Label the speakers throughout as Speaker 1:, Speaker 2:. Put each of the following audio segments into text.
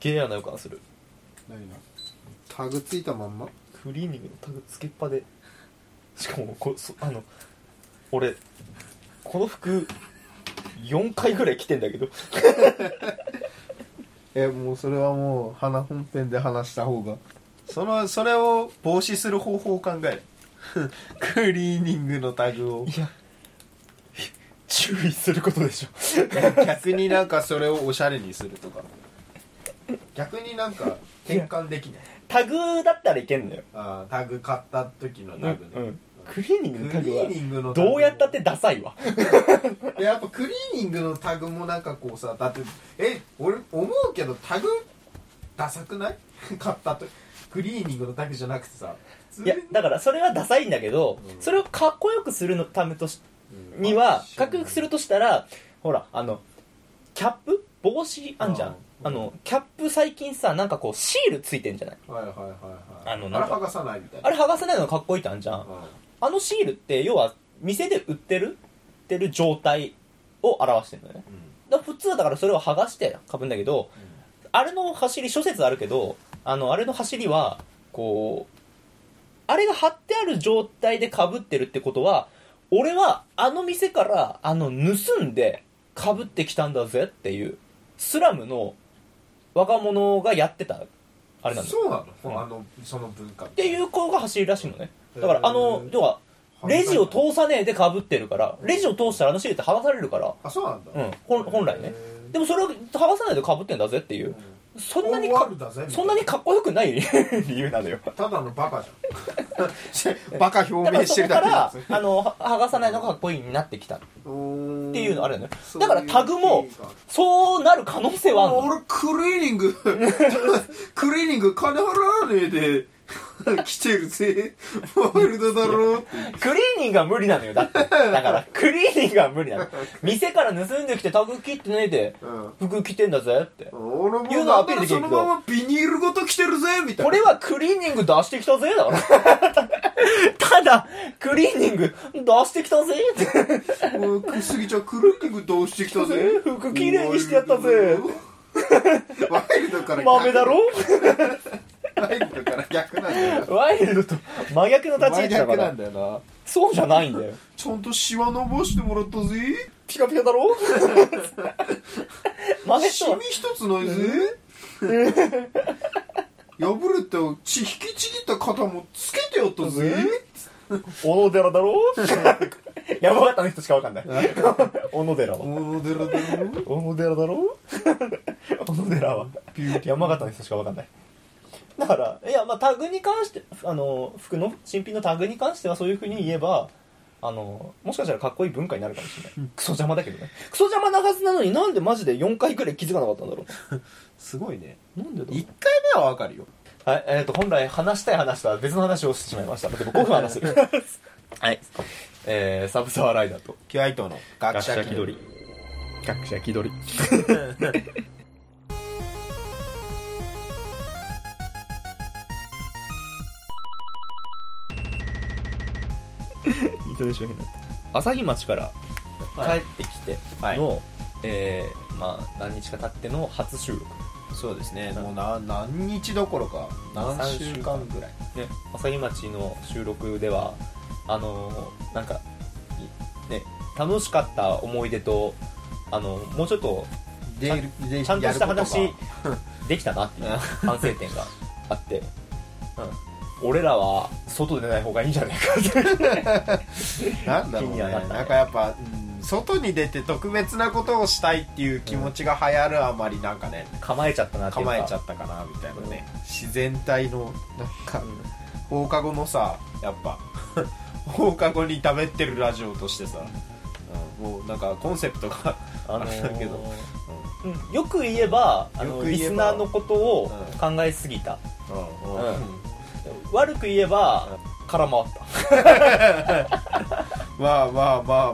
Speaker 1: げえ嫌な予感する
Speaker 2: 何がタグついたまんま
Speaker 1: クリーニングのタグつけっぱでしかもこそあの俺この服4回ぐらい着てんだけど
Speaker 2: えもうそれはもう花本編で話した方がそのそれを防止する方法を考える クリーニングのタグを
Speaker 1: いや注意することでしょ
Speaker 2: 逆になんかそれをおしゃれにするとか逆になんか転換できない
Speaker 1: タグだったらいけんのよ、
Speaker 2: あータグ買った時の
Speaker 1: う
Speaker 2: タグね、
Speaker 1: ん、クリーニングの
Speaker 2: ク
Speaker 1: タ
Speaker 2: リ
Speaker 1: グは
Speaker 2: ーニングのタグ
Speaker 1: どうやったってダサいわ
Speaker 2: でやっぱクリーニングのタグもなんかこうさだってえ俺思うけどタグダサくない買ったとクリーニングのタグじゃなくてさ普通
Speaker 1: いやだからそれはダサいんだけど、
Speaker 2: うん
Speaker 1: それをかっこよくするのためとし
Speaker 2: うん
Speaker 1: にはかっこよくするとしたらほらあのキャップ帽子あんじゃん、
Speaker 2: うん
Speaker 1: あのキャップ最近さなんかこうシールついてんじゃない
Speaker 2: はいはいはいはい
Speaker 1: あのなんか
Speaker 2: れ剥がさないみたいな
Speaker 1: あれ剥がせないのかっこいいってあんじゃんあのシールって要は店で売ってる売ってる状態を表してるんだよね
Speaker 2: うん
Speaker 1: だから普通はだからそれを剥がしてかぶんだけどあれの走り諸説あるけどあのあれの走りはこうあれが貼ってある状態でかぶってるってことは俺はあの店からあの盗んでかぶってきたんだぜっていうスラムの若者がやってたあれなんだよ
Speaker 2: そうな
Speaker 1: うん
Speaker 2: のあのその文化っ
Speaker 1: っていう子が走りらしいのねだからあの
Speaker 2: へー
Speaker 1: 要はレジを通さねえでかぶってるからレジを通したらあのシールって剥がされるから
Speaker 2: あそうなんだ
Speaker 1: うん本本来ね
Speaker 2: へー
Speaker 1: でもそれを剥がさないでかぶってんだぜっていうそんなに
Speaker 2: オー
Speaker 1: か
Speaker 2: ルだぜみたい
Speaker 1: そんなにかっこよくない 理由なのよ
Speaker 2: ただのバカ じゃんバカ
Speaker 1: だ
Speaker 2: 表
Speaker 1: か
Speaker 2: 明
Speaker 1: ら
Speaker 2: し
Speaker 1: そ
Speaker 2: て
Speaker 1: こか
Speaker 2: るだけ
Speaker 1: ら
Speaker 2: なんですよ
Speaker 1: あのは剥がさないのがかっこいいになってきたっ
Speaker 2: うーん
Speaker 1: ていうのあるよね
Speaker 2: そうい
Speaker 1: だ
Speaker 2: う
Speaker 1: からタグもそうなる可能性はあるの
Speaker 2: 俺クリーニン グクリーニング金払わねえで来てるぜワイルドだろって
Speaker 1: クリーニングは無理なのよだ ってだからクリーニングは無理なの店から盗んできてタグ切ってねえで
Speaker 2: うん
Speaker 1: 服着てんだぜって
Speaker 2: 俺も
Speaker 1: 言うのはア
Speaker 2: なん
Speaker 1: ピー
Speaker 2: な
Speaker 1: ルで
Speaker 2: ら
Speaker 1: き
Speaker 2: そ
Speaker 1: るけ
Speaker 2: の
Speaker 1: ど
Speaker 2: ままビニールごと来てるぜみたいな
Speaker 1: これはクリーニング出してきたぜだから ただクリーニング出してきたぜって
Speaker 2: もうすぎちゃんクリーニングどうしてきたぜ
Speaker 1: 服きれいにしてやったぜ
Speaker 2: ワイルドから逆
Speaker 1: 豆だ ろ
Speaker 2: ワイルドから逆なんだよ
Speaker 1: ワイルドと真逆の立ち位
Speaker 2: 真
Speaker 1: 置だか
Speaker 2: 逆な
Speaker 1: ら
Speaker 2: んだよな
Speaker 1: そうじゃないんだよ
Speaker 2: ちゃんとシワ伸ばしてもらったぜ
Speaker 1: ピカピカだろ 真似し
Speaker 2: シ
Speaker 1: た
Speaker 2: ミ一つないぜ破れた血引きちぎった肩もつけてやったぜ
Speaker 1: 小野寺だ ろ山形の人しかわかんない 小野寺
Speaker 2: 小
Speaker 1: は
Speaker 2: 野寺だろ
Speaker 1: 小野寺だろ小野寺は山形の人しかわかんないだからいやまあタグに関してあの服の新品のタグに関してはそういうふうに言えばあのもしかしたらかっこいい文化になるかもし れないクソ邪魔だけどねクソ邪魔なはずなのになんでマジで4回くらい気づかなかったんだろ
Speaker 2: すごいね
Speaker 1: うなんでだろう
Speaker 2: 1回目はわかるよ
Speaker 1: はい、えっ、と、本来話したい話とは別の話をしてしまいました。でも5分話す。 はい。えー、サブサワーライダーと、
Speaker 2: キュアイトの学者気取り。
Speaker 1: 学者気取り。朝日町から帰ってきて
Speaker 2: はい
Speaker 1: の、えー、まあ、何日か経っての初収録。
Speaker 2: そうですねもうな何日どころか何週間ぐらい
Speaker 1: ね、朝日町の収録ではあのーなんか、いね、楽しかった思い出とあのもうちょっと
Speaker 2: でで
Speaker 1: ちゃんとした
Speaker 2: や
Speaker 1: 話
Speaker 2: るこ
Speaker 1: できたなっていう
Speaker 2: うん
Speaker 1: 反省点があって、 うん、俺らは外でない方がいいんじゃないかって
Speaker 2: とがなんだろ
Speaker 1: 気
Speaker 2: うね
Speaker 1: にはなったね
Speaker 2: なんかやっぱうん外に出て特別なことをしたいっていう気持ちが流行るあまりなんかね
Speaker 1: 構えちゃったなっていうか
Speaker 2: 構えちゃったかなみたいなね自然体のなんか放課後のさやっぱ 放課後に食べってるラジオとしてさ、うんもうなんかコンセプトが
Speaker 1: あのー
Speaker 2: あれだけど
Speaker 1: うんよく言えばあ
Speaker 2: よ
Speaker 1: の
Speaker 2: く言えば
Speaker 1: リスナーのことを
Speaker 2: うん
Speaker 1: 考えすぎた、
Speaker 2: うん
Speaker 1: うん悪く言えば空回った
Speaker 2: まあまあまあまあ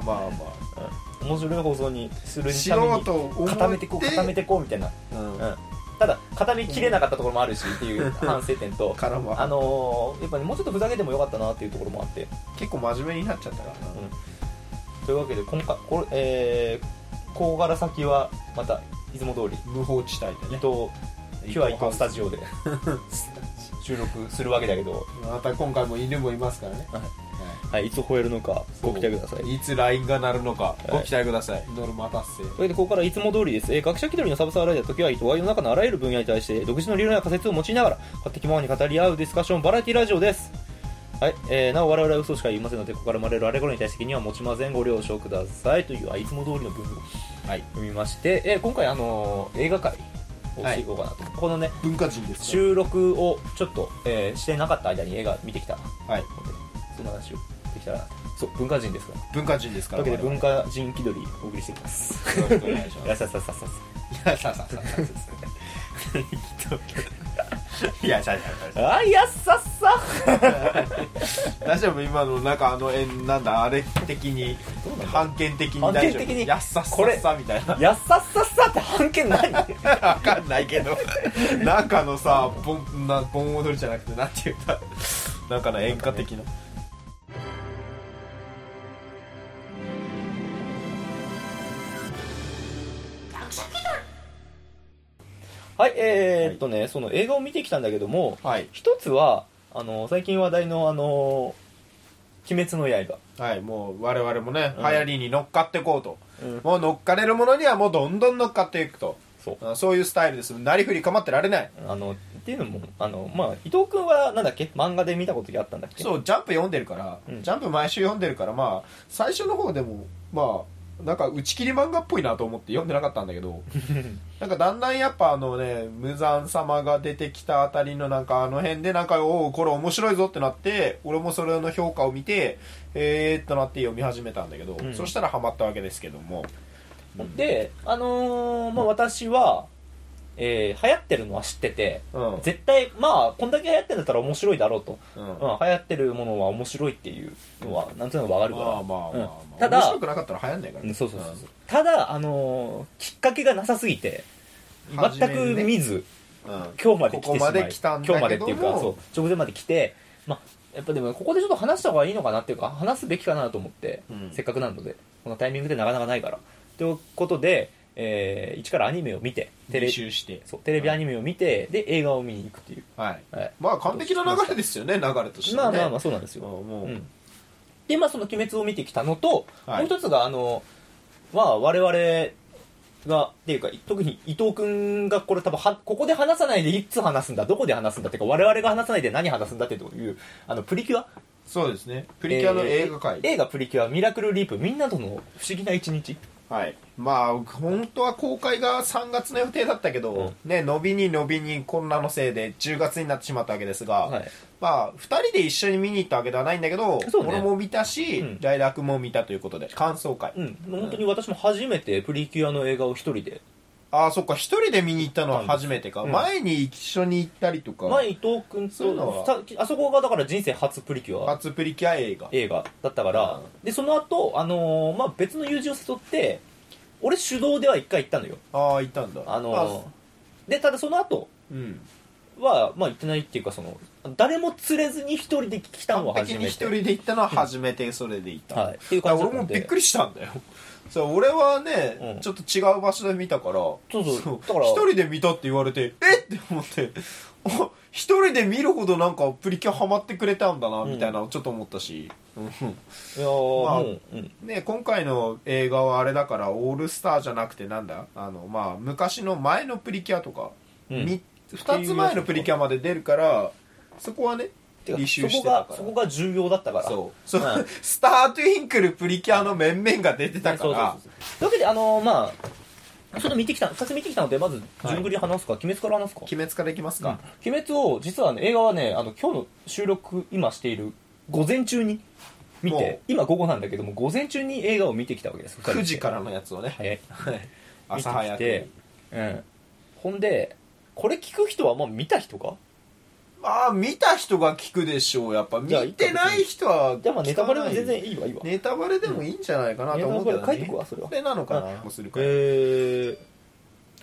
Speaker 2: ま
Speaker 1: 面白い放送にする
Speaker 2: あ
Speaker 1: に
Speaker 2: した
Speaker 1: め
Speaker 2: よ
Speaker 1: に
Speaker 2: うと思って
Speaker 1: 固めてこう固めてこうみたいな、
Speaker 2: うん
Speaker 1: うん、ただ固めきれなかったところもあるしっていう反省点と
Speaker 2: からも
Speaker 1: あのーやっぱねもうちょっとふざけてもよかったなっていうところもあって
Speaker 2: 結構真面目になっちゃったからな、
Speaker 1: うんというわけで今回これ、えーここから先はまたいつも通り
Speaker 2: 無法地帯で
Speaker 1: 伊
Speaker 2: ね
Speaker 1: 藤ピュアイコンスタジオで収録するわけだけど、
Speaker 2: また今回も犬もいますからね、
Speaker 1: はい
Speaker 2: はい
Speaker 1: はい、いつ吠えるのかご期待ください
Speaker 2: いつ LINE が鳴るのか
Speaker 1: い
Speaker 2: ご期待ください、ノルマ達
Speaker 1: それでここからいつも通りです、えー学者気取りのサブサーライダー時はワイドの中のあらゆる分野に対して独自の理論や仮説を用いながら勝手気ままに語り合うディスカッションバラエティラジオですはい、えーなお我々は嘘しか言いませんのでここから生まれるあれこれに対して責任は持ちませんご了承くださいというあいつも通りの文を
Speaker 2: 成はい
Speaker 1: 読みまして、えー今回あのー映画界をしていこうかなと、このね
Speaker 2: 文化人ですか
Speaker 1: 収録をちょっと、えーしてなかった間に映画見てきたの
Speaker 2: らはい
Speaker 1: でそんな話をできたらなとそう文化人ですから
Speaker 2: 文化人ですか
Speaker 1: という
Speaker 2: ら
Speaker 1: わけで文
Speaker 2: 化
Speaker 1: 化人気取りお送りしていきます
Speaker 2: よろしくお願いし
Speaker 1: いや
Speaker 2: ます
Speaker 1: さささささ
Speaker 2: いやささささいやさささ
Speaker 1: あいやさっさ
Speaker 2: 大丈夫今のなんかあのえなんだあれ的に
Speaker 1: どうなんだ
Speaker 2: 判権的に
Speaker 1: 判
Speaker 2: 大
Speaker 1: 件
Speaker 2: 丈夫
Speaker 1: 的に
Speaker 2: やっさっさ
Speaker 1: こ
Speaker 2: っ
Speaker 1: れ
Speaker 2: さみたいな
Speaker 1: やっさっさっさって判件何
Speaker 2: わかんないけどなんかのさボンな盆踊りじゃなくてなんて言うんだなんかの演歌的な
Speaker 1: はいえー、っとねその映画を見てきたんだけども
Speaker 2: はい
Speaker 1: 一つはあの最近話題のあの「鬼滅の刃
Speaker 2: はいもう我々もね、
Speaker 1: うん
Speaker 2: 流行りに乗っかってこうと」
Speaker 1: うん
Speaker 2: もう乗っかれるものにはもうどんどん乗っかっていくと
Speaker 1: そう
Speaker 2: あそういうスタイルですなりふり構ってられない
Speaker 1: あのっていうのもあのまあ伊藤君はなんだっけ漫画で見たことあったんだっけ
Speaker 2: そうジャンプ読んでるから、
Speaker 1: うん
Speaker 2: ジャンプ毎週読んでるからまあ最初の方でもまあなんか打ち切り漫画っぽいなと思って読んでなかったんだ けどなんかだんだんやっぱあのね無惨様が出てきたあたりのなんかあの辺でなんかおおこれ面白いぞってなって俺もそれの評価を見てえーっとなって読み始めたんだけど、
Speaker 1: うん
Speaker 2: そしたらハマったわけですけども、うん
Speaker 1: であのーまあ私は、えー流行ってるのは知ってて
Speaker 2: うんうん
Speaker 1: 絶対まあこんだけ流行ってんだったら面白いだろうと、うん、流行ってるものは面白いっていうのはなんとなくわかるから
Speaker 2: まあまあまあ、まあ
Speaker 1: うんただ
Speaker 2: 面白くなかったら流行んないから
Speaker 1: う
Speaker 2: ね
Speaker 1: んそうそうそうそうただあのーきっかけがなさすぎて
Speaker 2: うん初
Speaker 1: 全
Speaker 2: め
Speaker 1: く
Speaker 2: にね
Speaker 1: 見ず
Speaker 2: うん
Speaker 1: 今日まで来てしまい
Speaker 2: ここまで来たんだけ
Speaker 1: 今
Speaker 2: ども
Speaker 1: 日までっていうかそう直前まで来てまあやっぱでもここでちょっと話した方がいいのかなっていうか話すべきかなと思って、
Speaker 2: うん
Speaker 1: せっかくなのでこのタイミングでなかなかないからということで、えー一からアニメを見てテレ
Speaker 2: 履修して
Speaker 1: そうテレビアニメを見て、で映画を見に行くっていう、
Speaker 2: はい
Speaker 1: はい
Speaker 2: まあ完璧な流れですよね流れとして
Speaker 1: ま
Speaker 2: は
Speaker 1: あ
Speaker 2: ね
Speaker 1: まあまあそうなんです
Speaker 2: あ
Speaker 1: よ、
Speaker 2: もう、
Speaker 1: うんでまあその「鬼滅」を見てきたのと、
Speaker 2: はい
Speaker 1: もう一つがあのまあ我々がっていうか特に伊藤君がこれ多分はここで話さないでいつ話すんだどこで話すんだっていうか我々が話さないで何話すんだっていうあのプリキュア
Speaker 2: そうですねプリキュアの映画界、
Speaker 1: えー映画「プリキュアミラクルリープみんなとの不思議な一日
Speaker 2: はいまあ本当は公開が3月の予定だったけど、ね伸びに伸びにコロナのせいで10月になってしまったわけですが、」
Speaker 1: はい
Speaker 2: まあ2人で一緒に見に行ったわけではないんだけど、
Speaker 1: そうね
Speaker 2: 俺も見たし、
Speaker 1: うん
Speaker 2: ライラクも見たということで感想会、
Speaker 1: うん本当に私も初めてプリキュアの映画を一人で
Speaker 2: ああそっか1人で見に行ったのは初めてか、
Speaker 1: うん
Speaker 2: 前に一緒に行ったりとか
Speaker 1: 前伊藤君
Speaker 2: そういうの
Speaker 1: と
Speaker 2: は
Speaker 1: さあそこがだから人生初プリキュア
Speaker 2: 初プリキュア映画
Speaker 1: 映画だったから、
Speaker 2: うん
Speaker 1: でその後、あのーまあ別の友人を誘って俺主導では一回行ったのよ、
Speaker 2: ああ行ったんだ
Speaker 1: あ
Speaker 2: あ
Speaker 1: のーでただその後
Speaker 2: うん
Speaker 1: はまあ行ってないっていうかその誰も釣れずに一人で来たのは
Speaker 2: 完
Speaker 1: 初
Speaker 2: 璧
Speaker 1: め
Speaker 2: に
Speaker 1: て
Speaker 2: 一人で行ったのは初めてそれで行った、
Speaker 1: はい、っていう
Speaker 2: だから
Speaker 1: 感じだっ
Speaker 2: 俺
Speaker 1: た
Speaker 2: も
Speaker 1: ん
Speaker 2: びっ
Speaker 1: で
Speaker 2: くりしたんだよそう俺はね、
Speaker 1: うん
Speaker 2: ちょっと違う場所で見たから
Speaker 1: そうそうだから
Speaker 2: 一人で見たって言われてえっって思ってお一人で見るほどなんかプリキュアハマってくれたんだな
Speaker 1: うん
Speaker 2: みたいなのちょっと思ったし、うん
Speaker 1: いやー、
Speaker 2: まあ
Speaker 1: もう、うん、
Speaker 2: ね、今回の映画はあれだからオールスターじゃなくてなんだあの、まあ、昔の前のプリキュアとか、
Speaker 1: う
Speaker 2: み
Speaker 1: ん
Speaker 2: 二2つ前のプリキュアまで出るからそこはね
Speaker 1: てか
Speaker 2: 履修
Speaker 1: そ
Speaker 2: し
Speaker 1: こ
Speaker 2: てた
Speaker 1: が
Speaker 2: から
Speaker 1: そこが重要だったから
Speaker 2: そうそう、
Speaker 1: はい
Speaker 2: スター・トゥ・インクルプリキュアの面々が出てたから、
Speaker 1: そうそうそうというわけであのーまあちょっと見てきた2つ見てきたのでまず順繰り話すか、鬼滅から話すか
Speaker 2: 鬼滅からいきますか、
Speaker 1: 鬼滅を実はね映画はねあの今日の収録今している午前中に見
Speaker 2: も
Speaker 1: て
Speaker 2: う
Speaker 1: 今午後なんだけども午前中に映画を見てきたわけです
Speaker 2: 9時
Speaker 1: ら
Speaker 2: からのやつをね、
Speaker 1: 早い
Speaker 2: 朝早く
Speaker 1: 見てきて、うん、ほんでこれ聞く人はもう見た人か
Speaker 2: まあ見た人が聞くでしょうやっぱ見
Speaker 1: じゃあ
Speaker 2: てない人は聞かない
Speaker 1: じゃあまあネタバレも全然いいわいいわ、
Speaker 2: ネタバレでもいいんじゃないかなと思うけど、
Speaker 1: ネタ
Speaker 2: ね、
Speaker 1: バレ書いとくわそれは
Speaker 2: これなのかな
Speaker 1: あ
Speaker 2: もうするから
Speaker 1: えー、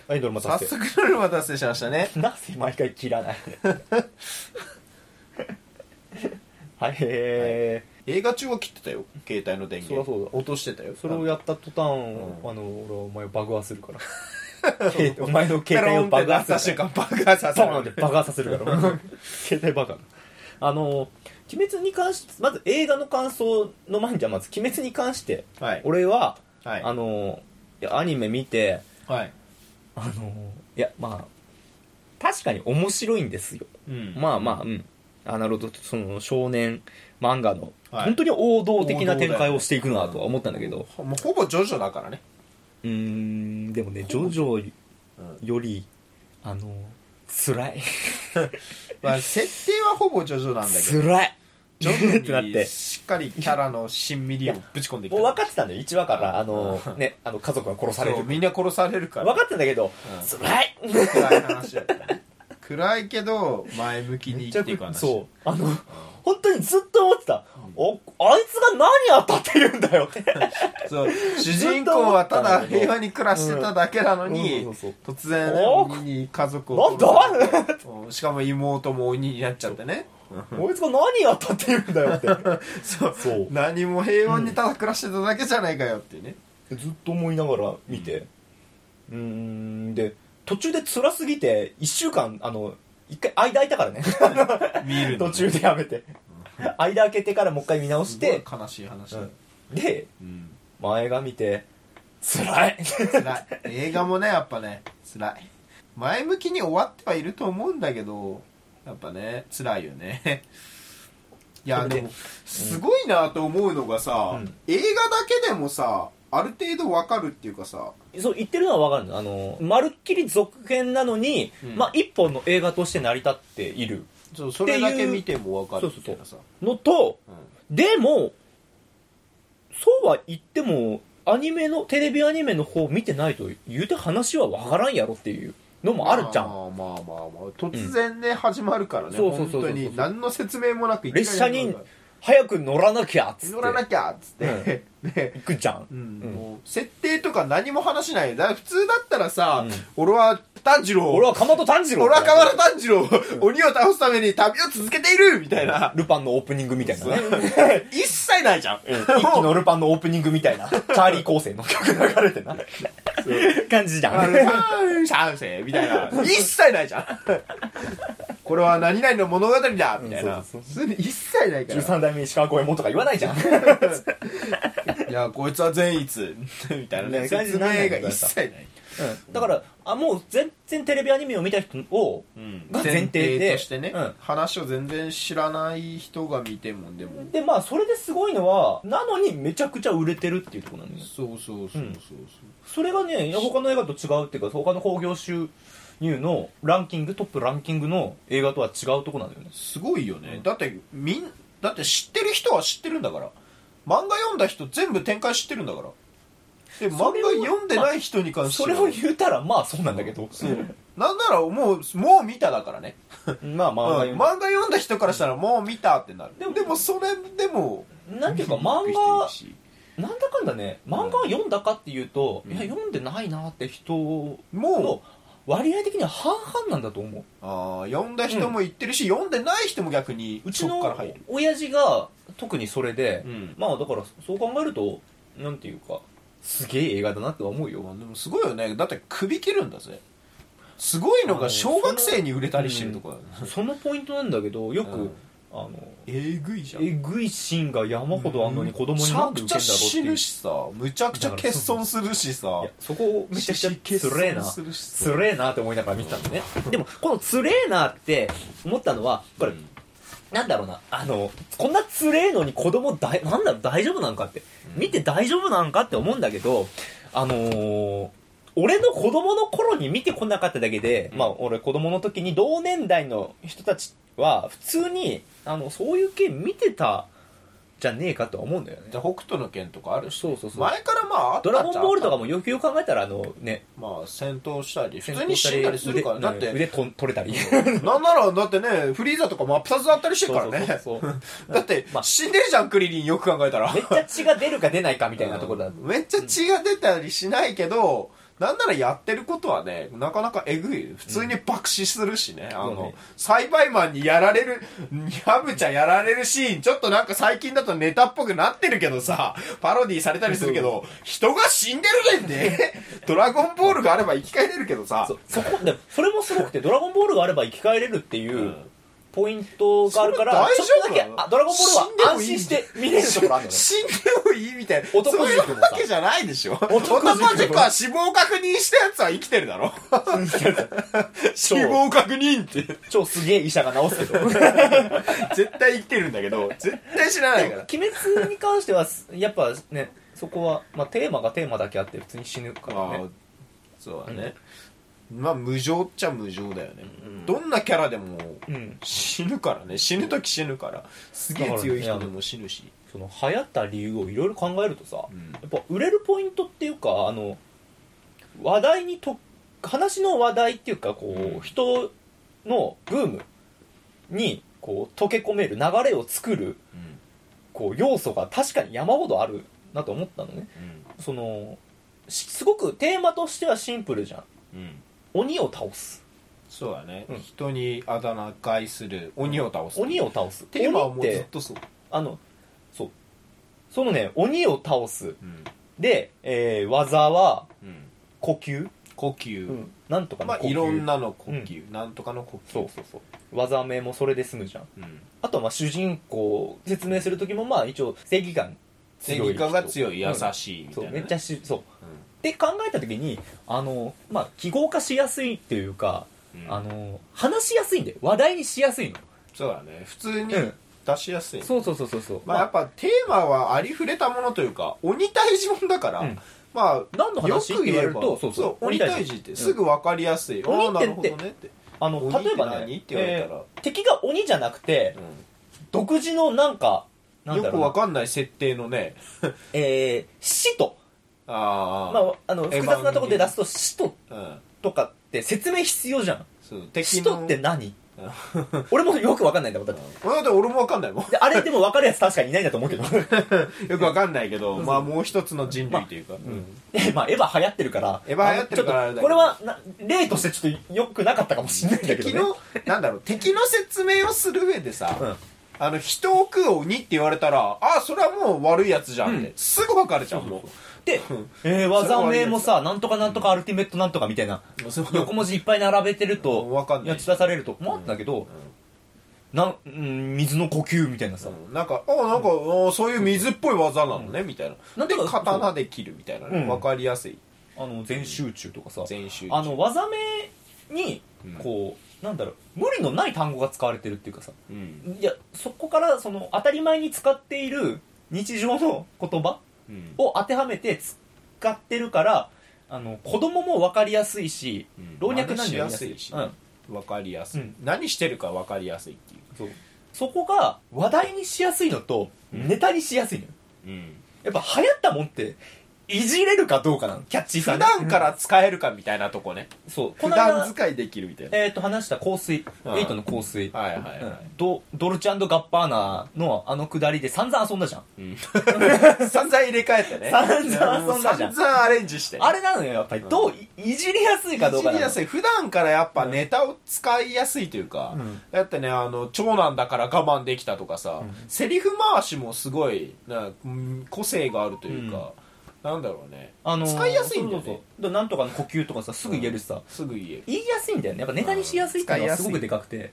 Speaker 1: アイドルまた
Speaker 2: 早
Speaker 1: して
Speaker 2: 速ルールお待たせしましたね
Speaker 1: なぜ毎回切らない はいえー
Speaker 2: 映画中は切ってたよ携帯の電源
Speaker 1: そりゃそうだ
Speaker 2: 落としてたよ
Speaker 1: それをやった途端、
Speaker 2: ん
Speaker 1: あの俺はお前をバグはするから携お前の
Speaker 2: ペ
Speaker 1: 携帯を
Speaker 2: ロンって
Speaker 1: 爆
Speaker 2: なっ
Speaker 1: 発
Speaker 2: た
Speaker 1: さ
Speaker 2: 瞬
Speaker 1: せる
Speaker 2: 間爆発させ
Speaker 1: ポンっ
Speaker 2: る
Speaker 1: て爆発させるから 携帯バカあの「鬼滅」に関してまず映画の感想の前にじゃあまず「鬼滅」に関して
Speaker 2: はい
Speaker 1: 俺は、
Speaker 2: はい
Speaker 1: あのいやアニメ見て
Speaker 2: はい
Speaker 1: あのいやまあ確かに面白いんですよ
Speaker 2: うん
Speaker 1: まあまあうんあなるほどその少年漫画の、
Speaker 2: はい
Speaker 1: 本当に王道的な展開をしていくなとは思ったんだけど
Speaker 2: ほもうほぼジョジョだからね
Speaker 1: うーんでもねジョジョ
Speaker 2: うん
Speaker 1: よりあの辛い
Speaker 2: まあ設定はほぼジョジョなんだけど
Speaker 1: 辛い
Speaker 2: ジョ
Speaker 1: っ
Speaker 2: ジ
Speaker 1: てなっ
Speaker 2: ョに
Speaker 1: て
Speaker 2: しっかりキャラのしんみりをぶち込んでいく
Speaker 1: もう分かってたんだよ1話からあの
Speaker 2: うん
Speaker 1: ねあの家族が殺され
Speaker 2: そ
Speaker 1: る
Speaker 2: う
Speaker 1: 分
Speaker 2: みんな殺されるから
Speaker 1: かってたんだけど
Speaker 2: うん
Speaker 1: 辛い
Speaker 2: 暗い話だったね暗いけど前向きに生きていく話
Speaker 1: そうあの本当にずっと思ってたおあいつが何当たってるんだよって
Speaker 2: そう主人公はただ平和に暮らしてただけなの
Speaker 1: う
Speaker 2: に
Speaker 1: んそうそう
Speaker 2: 突然ね
Speaker 1: お
Speaker 2: 鬼に家族
Speaker 1: な
Speaker 2: を
Speaker 1: ん
Speaker 2: 殺
Speaker 1: だ
Speaker 2: されてしかも妹も鬼になっちゃってね
Speaker 1: こいつが何当たってるんだよって
Speaker 2: そう
Speaker 1: そう
Speaker 2: 何も平穏にただ暮らしてただけじゃないかよっていうね
Speaker 1: ずっと思いながら見てうーんで途中で辛すぎて1週間あの一回間空いたからね
Speaker 2: 見るの
Speaker 1: 途
Speaker 2: ね
Speaker 1: 中でやめて間開けてからもう一回見直し
Speaker 2: すごい
Speaker 1: て
Speaker 2: 悲しい話だ
Speaker 1: で
Speaker 2: うん
Speaker 1: 前が見て辛い
Speaker 2: 辛い映画もねやっぱね辛い前向きに終わってはいると思うんだけどやっぱね辛いよねいやでもすごいなと思うのがさ、
Speaker 1: うん
Speaker 2: 映画だけでもさある程度わかるっていうかさ
Speaker 1: そう言ってるのは分かるのあのまるっきり続編なのに、
Speaker 2: うん
Speaker 1: まあ、一本の映画として成り立っている
Speaker 2: そうそ
Speaker 1: れだけ見
Speaker 2: てもわ
Speaker 1: かるみたいな
Speaker 2: さ
Speaker 1: のとでもそうは言ってもアニメのテレビアニメの方見てないと言うて話は分からんやろっていうのもあるじゃん
Speaker 2: まあまあまあ、まあ、突然ね、始まるからね
Speaker 1: そうそうそうそう
Speaker 2: 本当に何の説明もなくいきなり
Speaker 1: 列車に
Speaker 2: 始まるか
Speaker 1: 早く乗らなきゃっ
Speaker 2: ら
Speaker 1: つって
Speaker 2: 乗らなきゃっつって、 ね
Speaker 1: 行くじゃん
Speaker 2: う、ん
Speaker 1: うん
Speaker 2: もう設定とか何も話しないよだから普通だったらさ、
Speaker 1: うん
Speaker 2: 俺は炭治郎
Speaker 1: 俺は鎌戸炭治郎
Speaker 2: 俺は河原炭治郎、鬼を倒すために旅を続けているみたいな、
Speaker 1: ルパンのオープニングみたいなね
Speaker 2: 一切ないじゃん、
Speaker 1: 一気のルパンのオープニングみたいな、チャーリー構成の曲流れてな。感じじゃ
Speaker 2: あ
Speaker 1: ん。
Speaker 2: のシャンセみたいな一切ないじ ゃんこれは何々の物語だみたいな、
Speaker 1: うんそう
Speaker 2: そういうの一切ないから
Speaker 1: 13代目石川五右衛門とか言わないじゃん。
Speaker 2: いやこいつは善逸 みたいなね
Speaker 1: ね
Speaker 2: 説明が一切ない、
Speaker 1: だから、あ、もう全然テレビアニメを見た人を、が前提で
Speaker 2: としてね、
Speaker 1: うん
Speaker 2: 話を全然知らない人が見てもでも
Speaker 1: で、まあ、それですごいのは、なのにめちゃくちゃ売れてるっていうところなんだよね。
Speaker 2: そうそうそうそうそう、
Speaker 1: それがね、他の映画と違うっていうか、他の興行収入のランキング、トップランキングの映画とは違うところなんだよね。
Speaker 2: すごいよね、だってみんだって知ってる人は知ってるんだから漫画読んだ人全部展開知ってるんだからで漫
Speaker 1: それを
Speaker 2: 画読んでない人に関して
Speaker 1: それ
Speaker 2: は
Speaker 1: を言うたら、まあそうなんだけど。
Speaker 2: そうなんならもうもう見ただからね、
Speaker 1: まあま
Speaker 2: うん
Speaker 1: あ、
Speaker 2: 漫画読んだ人からしたらもう見たってなるでもそれでも
Speaker 1: なんていうか、漫
Speaker 2: びっ
Speaker 1: 画
Speaker 2: くり、してるし
Speaker 1: なんだかんだね漫画は読んだかっていうと、
Speaker 2: うん
Speaker 1: いや読んでないなって人
Speaker 2: もう
Speaker 1: の割合的には半々なんだと思う
Speaker 2: あー読んだ人も言ってるし、読んでない人も逆に
Speaker 1: うち
Speaker 2: そっから
Speaker 1: の
Speaker 2: 入る、
Speaker 1: 親父が特にそれで、
Speaker 2: うん
Speaker 1: まあだからそう考えるとなんていうかすげえ映画だなって思うよ
Speaker 2: でもすごいよねだって首切るんだぜすごいのが小学生に売れたりしてるとこだよね
Speaker 1: そのポイントなんだけどよく、
Speaker 2: うん
Speaker 1: あの
Speaker 2: えぐいじゃん
Speaker 1: えぐいシーンが山ほどあんのに子供になんで
Speaker 2: む
Speaker 1: 受けんだろうっ
Speaker 2: ちゃくちゃ
Speaker 1: て
Speaker 2: 死
Speaker 1: いう
Speaker 2: ぬしさむちゃくちゃ欠損するしさ
Speaker 1: いやそこをめちゃくちゃつれえな
Speaker 2: するし
Speaker 1: つれえなって思いながら見てたんだねでもこのつれえなって思ったのはこれ、
Speaker 2: うん
Speaker 1: なんだろうな、あの、こんなつれえのに子供だい、なんだろう、大丈夫なんかって、見て大丈夫なんかって思うんだけど、あのー俺の子供の頃に見てこなかっただけで、まあ俺子供の時に同年代の人たちは、普通に、あの、そういう系見てたじゃねえかとは思うんだよね。
Speaker 2: 北斗の拳とかあるし
Speaker 1: そうそうそう。
Speaker 2: 前からまああっ
Speaker 1: ド
Speaker 2: たじゃ
Speaker 1: ラ
Speaker 2: ん
Speaker 1: ゴンボールとかもよくよく考えたら、あのね、
Speaker 2: まあ戦闘したり普通に死んだりするから
Speaker 1: 腕
Speaker 2: だっ
Speaker 1: 腕
Speaker 2: て
Speaker 1: と取れ たり。
Speaker 2: なんならだってねフリーザとか真っ二つだったりしてるからね
Speaker 1: そうそうそうそう
Speaker 2: だって
Speaker 1: まあ
Speaker 2: 死んでるじゃんクリリンよく考えたら
Speaker 1: めっちゃ血が出るか出ないかみたいなところだ
Speaker 2: うんめっちゃ血が出たりしないけど、なんならやってることはね、なかなかえぐい。普通に爆死するしね。あ
Speaker 1: そう
Speaker 2: の
Speaker 1: ね、
Speaker 2: 栽培マンにやられる、にゃぶちゃやられるシーン、ちょっとなんか最近だとネタっぽくなってるけどさ、パロディされたりするけど、人が死んでる ねんで、ドラゴンボールがあれば生き返れるけどさ
Speaker 1: そ、そこでもそれもすごくて「ドラゴンボール」があれば生き返れるっていう、
Speaker 2: うん
Speaker 1: ポイントがあるから
Speaker 2: それ大
Speaker 1: ち
Speaker 2: 丈
Speaker 1: ょっとだ
Speaker 2: 夫な
Speaker 1: け
Speaker 2: の
Speaker 1: あドラゴンボ
Speaker 2: 死ん
Speaker 1: ー
Speaker 2: で
Speaker 1: ルは
Speaker 2: も
Speaker 1: 安
Speaker 2: いい
Speaker 1: 心
Speaker 2: んだ
Speaker 1: して見れるところあるのね
Speaker 2: 死んでもいいみたいな。
Speaker 1: 男塾も
Speaker 2: そう
Speaker 1: さ
Speaker 2: いうわけじゃないでしょ。男
Speaker 1: 塾もさ
Speaker 2: 塾は死亡確認したやつは生きてる だろ。死亡確認って。
Speaker 1: 超すげえ医者が治すけどで
Speaker 2: 絶対生きてるんだけど、絶対知らないか
Speaker 1: も
Speaker 2: ら。
Speaker 1: 鬼滅に関してはすやっぱねそこは、まあ、テーマがテーマだけあって普通に死ぬから
Speaker 2: まあ
Speaker 1: ね、
Speaker 2: そうだね。まあ、無情っちゃ無情だよね。
Speaker 1: うん
Speaker 2: どんなキャラでも
Speaker 1: うん、
Speaker 2: 死ぬからね。死ぬとき死ぬから。すげえ強い人でも死ぬし。
Speaker 1: その流行った理由をいろいろ考えるとさ、
Speaker 2: うん
Speaker 1: やっぱ売れるポイントっていうかあの話題にと話の話題っていうかこう、
Speaker 2: うん
Speaker 1: 人のブームにこう溶け込める流れを作るこう要素が確かに山ほどあるなと思ったのねそのしすごくテーマとしてはシンプルじゃん
Speaker 2: うん
Speaker 1: 鬼を倒す
Speaker 2: そうだね
Speaker 1: うん。
Speaker 2: 人にあだ名返する。鬼を倒す。
Speaker 1: 鬼を倒す
Speaker 2: テーマはも
Speaker 1: 鬼っ
Speaker 2: うずってとそう。
Speaker 1: あのそうそのね鬼を倒す
Speaker 2: うん
Speaker 1: で、えー技は
Speaker 2: うん
Speaker 1: 呼吸、
Speaker 2: 呼吸、
Speaker 1: うん、なんとかの
Speaker 2: まあ
Speaker 1: 呼吸
Speaker 2: いろんなの呼吸、なんとかの呼吸
Speaker 1: そうそうそう技名もそれで済むじゃん
Speaker 2: う、ん、
Speaker 1: あとはまあ主人公説明する時もまあ一応正義感
Speaker 2: 正
Speaker 1: 強い
Speaker 2: 義
Speaker 1: 人
Speaker 2: 感が強い優
Speaker 1: うん
Speaker 2: しいみた
Speaker 1: そ
Speaker 2: いうな、ね
Speaker 1: めっちゃしそうって考えた時にあの、まあ、記号化しやすいっていうか、
Speaker 2: うん、
Speaker 1: あの話しやすいんだよ話題にしやすいの、
Speaker 2: そうだね普通に
Speaker 1: うん
Speaker 2: 出しやすい、
Speaker 1: そうそうそうそうそう、
Speaker 2: まあやっぱテーマはありふれたものというか鬼退治もんだから、
Speaker 1: うん
Speaker 2: ま
Speaker 1: 何の
Speaker 2: あよ
Speaker 1: 話って
Speaker 2: く
Speaker 1: 言
Speaker 2: 言
Speaker 1: われ
Speaker 2: えば
Speaker 1: るとそうそう
Speaker 2: 鬼退
Speaker 1: 治
Speaker 2: 治ってすぐ分かりやすい、
Speaker 1: ん
Speaker 2: ああな
Speaker 1: 鬼
Speaker 2: るほ
Speaker 1: っ
Speaker 2: ど
Speaker 1: て
Speaker 2: ねって
Speaker 1: あの
Speaker 2: 鬼って
Speaker 1: 例えばね
Speaker 2: 何って言われたら
Speaker 1: ー敵が鬼じゃなくて、独自のなんかなん
Speaker 2: よ
Speaker 1: だ
Speaker 2: く
Speaker 1: ろう
Speaker 2: 分
Speaker 1: な
Speaker 2: かんない設定のね
Speaker 1: えー、使徒、
Speaker 2: あ
Speaker 1: ま
Speaker 2: あ、
Speaker 1: あ、あの
Speaker 2: エヴァンゲリ
Speaker 1: 複雑なところで出すと使徒
Speaker 2: うん、
Speaker 1: とかって説明必要じゃん
Speaker 2: そう
Speaker 1: 使
Speaker 2: 敵
Speaker 1: 徒
Speaker 2: の
Speaker 1: って何 俺もよく分かんないんだもんだって
Speaker 2: うんだって俺も分かんないも ん
Speaker 1: であれでも分かるやつ確かにいないんだと思うけど、
Speaker 2: よくわかん ないけど、まあもう一つの人類というか、
Speaker 1: でまあ、エヴァ流行ってるから
Speaker 2: エヴァ流行ってるから
Speaker 1: あのちょっとこれはな例としてちょっと良くなかったかもしれないんだけど、
Speaker 2: 敵
Speaker 1: ね、
Speaker 2: のなんだろう敵の説明をする上でさ、
Speaker 1: うん
Speaker 2: あの人を食う鬼って言われたらあそれはもう悪いやつじゃんって、
Speaker 1: うん
Speaker 2: すぐわかるじゃんも
Speaker 1: で
Speaker 2: うん、
Speaker 1: えー、技名もさなんとかなんとかアルティメットなんとかみたいな
Speaker 2: うそう
Speaker 1: 横文字いっぱい並べてる
Speaker 2: うんわか
Speaker 1: と
Speaker 2: んない
Speaker 1: やち出されると困ったけど、なんうん、水の呼吸みたいなさ、
Speaker 2: うんなんかあなんか、あそういう水っぽい技なのね、みたいな
Speaker 1: なん
Speaker 2: で
Speaker 1: とか
Speaker 2: 刀で切るみたいなね
Speaker 1: うん
Speaker 2: わ、かりやすい
Speaker 1: あの全集中とかさ
Speaker 2: 全集
Speaker 1: あの技名に
Speaker 2: うん
Speaker 1: こう、なんだろう無理のない単語が使われてるっていうかさ
Speaker 2: うん
Speaker 1: いやそこからその当たり前に使っている日常の言葉
Speaker 2: うん
Speaker 1: を当てはめて使ってるからあの子供も分かりやすいし
Speaker 2: うん
Speaker 1: 老若男女
Speaker 2: 真似しやすいし
Speaker 1: うん
Speaker 2: わかりやすい、
Speaker 1: うん
Speaker 2: 何してるかわかりやすいってい
Speaker 1: そうそこが話題にしやすいのと
Speaker 2: うん
Speaker 1: ネタにしやすいのよ
Speaker 2: う、うん、
Speaker 1: やっぱ流行ったもんっていじれるかどうかなのキャッチーさ
Speaker 2: 普
Speaker 1: ね
Speaker 2: 段から使えるかみたいなとこね
Speaker 1: うんそうこ
Speaker 2: 普
Speaker 1: の
Speaker 2: 段
Speaker 1: 間
Speaker 2: 使いできるみたいな
Speaker 1: えっ、と話した香水
Speaker 2: うん
Speaker 1: エイトの香水
Speaker 2: はいはい
Speaker 1: うん
Speaker 2: は
Speaker 1: ドドルチェガッパーナのあのくだりで散々遊んだじゃん
Speaker 2: い、散々入れ替えてね
Speaker 1: 散々遊んだじゃん
Speaker 2: 散々アレンジして
Speaker 1: あれなのよやっぱりどういいじりやすいかどうか
Speaker 2: いじりやす
Speaker 1: い
Speaker 2: い普段からやっぱネタを使いやすいというか、
Speaker 1: うん
Speaker 2: だってねあの長男だから我慢できたとか
Speaker 1: う
Speaker 2: さ、
Speaker 1: ん
Speaker 2: セリフ回しもすごいなんかうん個性があるというか、なんだろうね
Speaker 1: あのー
Speaker 2: 使いやすいんだよね
Speaker 1: そうそうそうでなんとかの呼吸とかさすぐ言えるしさ、
Speaker 2: すぐ言える
Speaker 1: 言いやすいんだよねやっぱネタにしやすいっていうのはすごくでかくて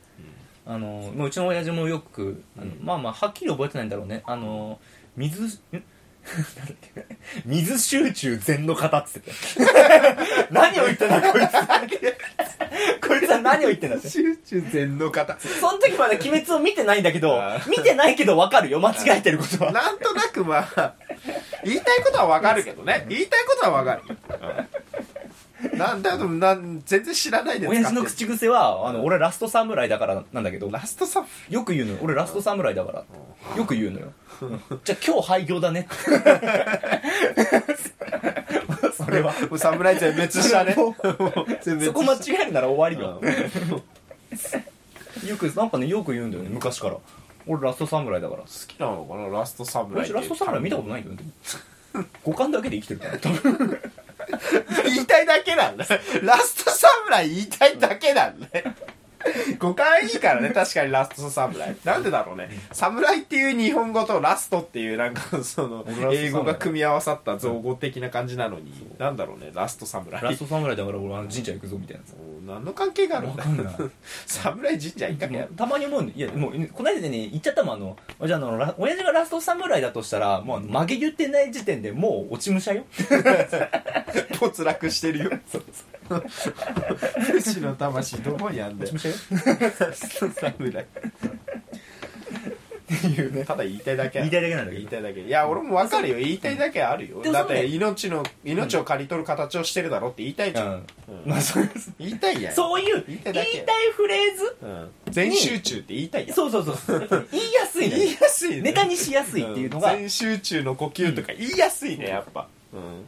Speaker 1: あのもううちの親父もよくあの、
Speaker 2: うん
Speaker 1: まあまあはっきり覚えてないんだろうねあの水んなんだっけ水集中禅の型っつってた 何を言ってんだこいつこいつは何を言ってんだって
Speaker 2: 集中禅の方
Speaker 1: その時まだ鬼滅を見てないんだけど
Speaker 2: あー
Speaker 1: 見てないけど分かるよ間違えてることは
Speaker 2: なんとなくまあ言いたいことはわかるけど ね言いたいことはわかるなんだとなん全然知ら ないで使って
Speaker 1: 親父の口癖はあの俺ラストサムライだからなんだけど
Speaker 2: ラストサム
Speaker 1: よく言うのよ俺ラストサムライだからよく言うの よじゃあ今日廃業だねそれは
Speaker 2: もう侍全滅したね。もう全
Speaker 1: そこ
Speaker 2: 滅
Speaker 1: 間違えるなら終わりよ
Speaker 2: うん好
Speaker 1: よくなんかねよく言うんだよね昔から俺ラストサムライだから
Speaker 2: きなのかなラスト侍っ て
Speaker 1: 私ラストサムライ見たことないよねでも五感だけで生きてるから多分
Speaker 2: 言いたいだけなんだ。ラストサムライ言いたいだけなんだ。誤解いいからね、確かにラストサムライ。なんでだろうね。サムライっていう日本語とラストっていうなんかその
Speaker 1: 俺ラストサムライ
Speaker 2: 英語が組み合わさった造語的な感じなのに、なんだろうね、ラストサムライ。
Speaker 1: ラスト侍だから俺はあの神社行くぞみたいなさ
Speaker 2: お何の関係があるんだ
Speaker 1: わかんない
Speaker 2: 侍神社行ったけ やろ
Speaker 1: たまに思うんでいやもうこの間ね言っちゃったもんあのじゃあのラ親父がラスト侍だとしたらもうあの曲げ言ってない時点でもう落ち武者よ
Speaker 2: 没落してるよ 武士の魂どこにあんだ
Speaker 1: 落
Speaker 2: よ
Speaker 1: ち武者よっ
Speaker 2: 侍
Speaker 1: ていうね
Speaker 2: ただ言いたいだけ
Speaker 1: 言いたいだけなんだけ
Speaker 2: 言い
Speaker 1: ど
Speaker 2: たいだけいや俺も分かるよ言いたいだけあるよ
Speaker 1: でも
Speaker 2: だっ
Speaker 1: その
Speaker 2: て
Speaker 1: ね
Speaker 2: 命の命を刈り取る形をしてるだろって言いたいじゃん、
Speaker 1: うんまあそうです
Speaker 2: 言いたいやん
Speaker 1: そういう
Speaker 2: 言
Speaker 1: 言
Speaker 2: い
Speaker 1: い
Speaker 2: た
Speaker 1: た
Speaker 2: い
Speaker 1: い
Speaker 2: だけ
Speaker 1: フレーズ
Speaker 2: うん、全集中って言いたいやん
Speaker 1: そうそうそうそう 言いやすいのよ
Speaker 2: 言いやすいね
Speaker 1: ネタにしやすいっていうのが
Speaker 2: 全集中の呼吸とか言いやすいねやっぱうん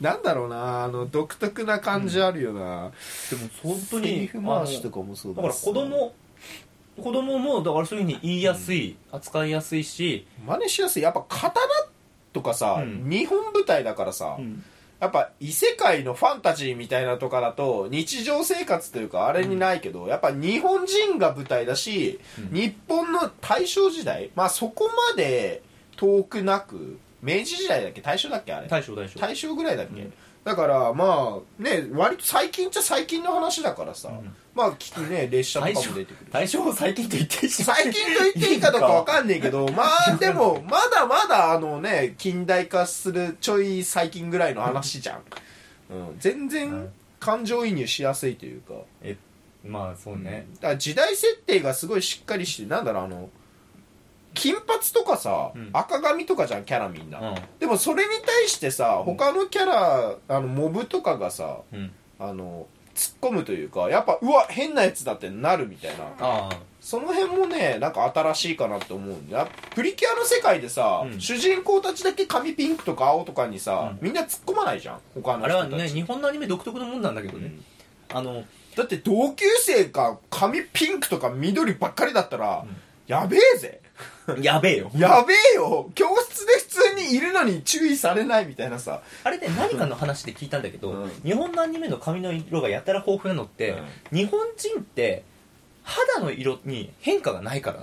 Speaker 2: なんだろうなあの独特な感じあるよな、
Speaker 1: も本当
Speaker 2: セリ
Speaker 1: に
Speaker 2: フ回しとかもそう
Speaker 1: だから子供子供もだからそういうふうに言いやすい、扱いやすいし、
Speaker 2: 真似しやすいやっぱ刀とかさ、
Speaker 1: うん
Speaker 2: 日本舞台だからさ、やっぱ異世界のファンタジーみたいなとかだと日常生活というかあれにないけど、やっぱ日本人が舞台だし、
Speaker 1: うん
Speaker 2: 日本の大正時代まあそこまで遠くなく明治時代だっけ大正だっけあれ
Speaker 1: 大将大将
Speaker 2: 大正ぐらいだっけ、
Speaker 1: うん
Speaker 2: だからまあね割と最近っちゃ最近の話だからさ、
Speaker 1: うん
Speaker 2: まあきっとね列車とか
Speaker 1: 大
Speaker 2: も
Speaker 1: 将
Speaker 2: 出てくる
Speaker 1: 大将最近と言っていいし
Speaker 2: 最近と言っていいかどうかわかんねえけど、まあでも、まだまだあのね、近代化するちょい最近ぐらいの話じゃん。うん、全
Speaker 1: はい
Speaker 2: 然感情移入しやすいというか、
Speaker 1: えまあそうね、
Speaker 2: だから時代設定がすごいしっかりして、なんだろう、あの、金髪とかさ、
Speaker 1: うん
Speaker 2: 赤髪とかじゃん、キャラみんな。
Speaker 1: う
Speaker 2: でもそれに対してさ、他のキャラ、あの、モブとかがさ、
Speaker 1: ん、うん、
Speaker 2: あの、突っ込むというか、やっぱ、うわ、変なやつだってなるみたいな。
Speaker 1: ああ
Speaker 2: その辺もねなんか新しいかなって思うんだよプリキュアの世界でさ、
Speaker 1: うん
Speaker 2: 主人公たちだけ髪ピンクとか青とかにさ、
Speaker 1: うん
Speaker 2: みんな突っ込まないじゃん他の
Speaker 1: あれは
Speaker 2: 人
Speaker 1: ね
Speaker 2: たち、
Speaker 1: 日本のアニメ独特のもんなんだけどね、あの
Speaker 2: だって同級生が髪ピンクとか緑ばっかりだった
Speaker 1: う
Speaker 2: ら、
Speaker 1: ん
Speaker 2: やべえぜ
Speaker 1: やべえよ
Speaker 2: やべえよ教室で普通にいるのに注意されないみたいなさ
Speaker 1: あれね何かの話で聞いたんだけど、
Speaker 2: うん
Speaker 1: 日本のアニメの髪の色がやたら豊富なのって、日本人って肌の色に変化がないから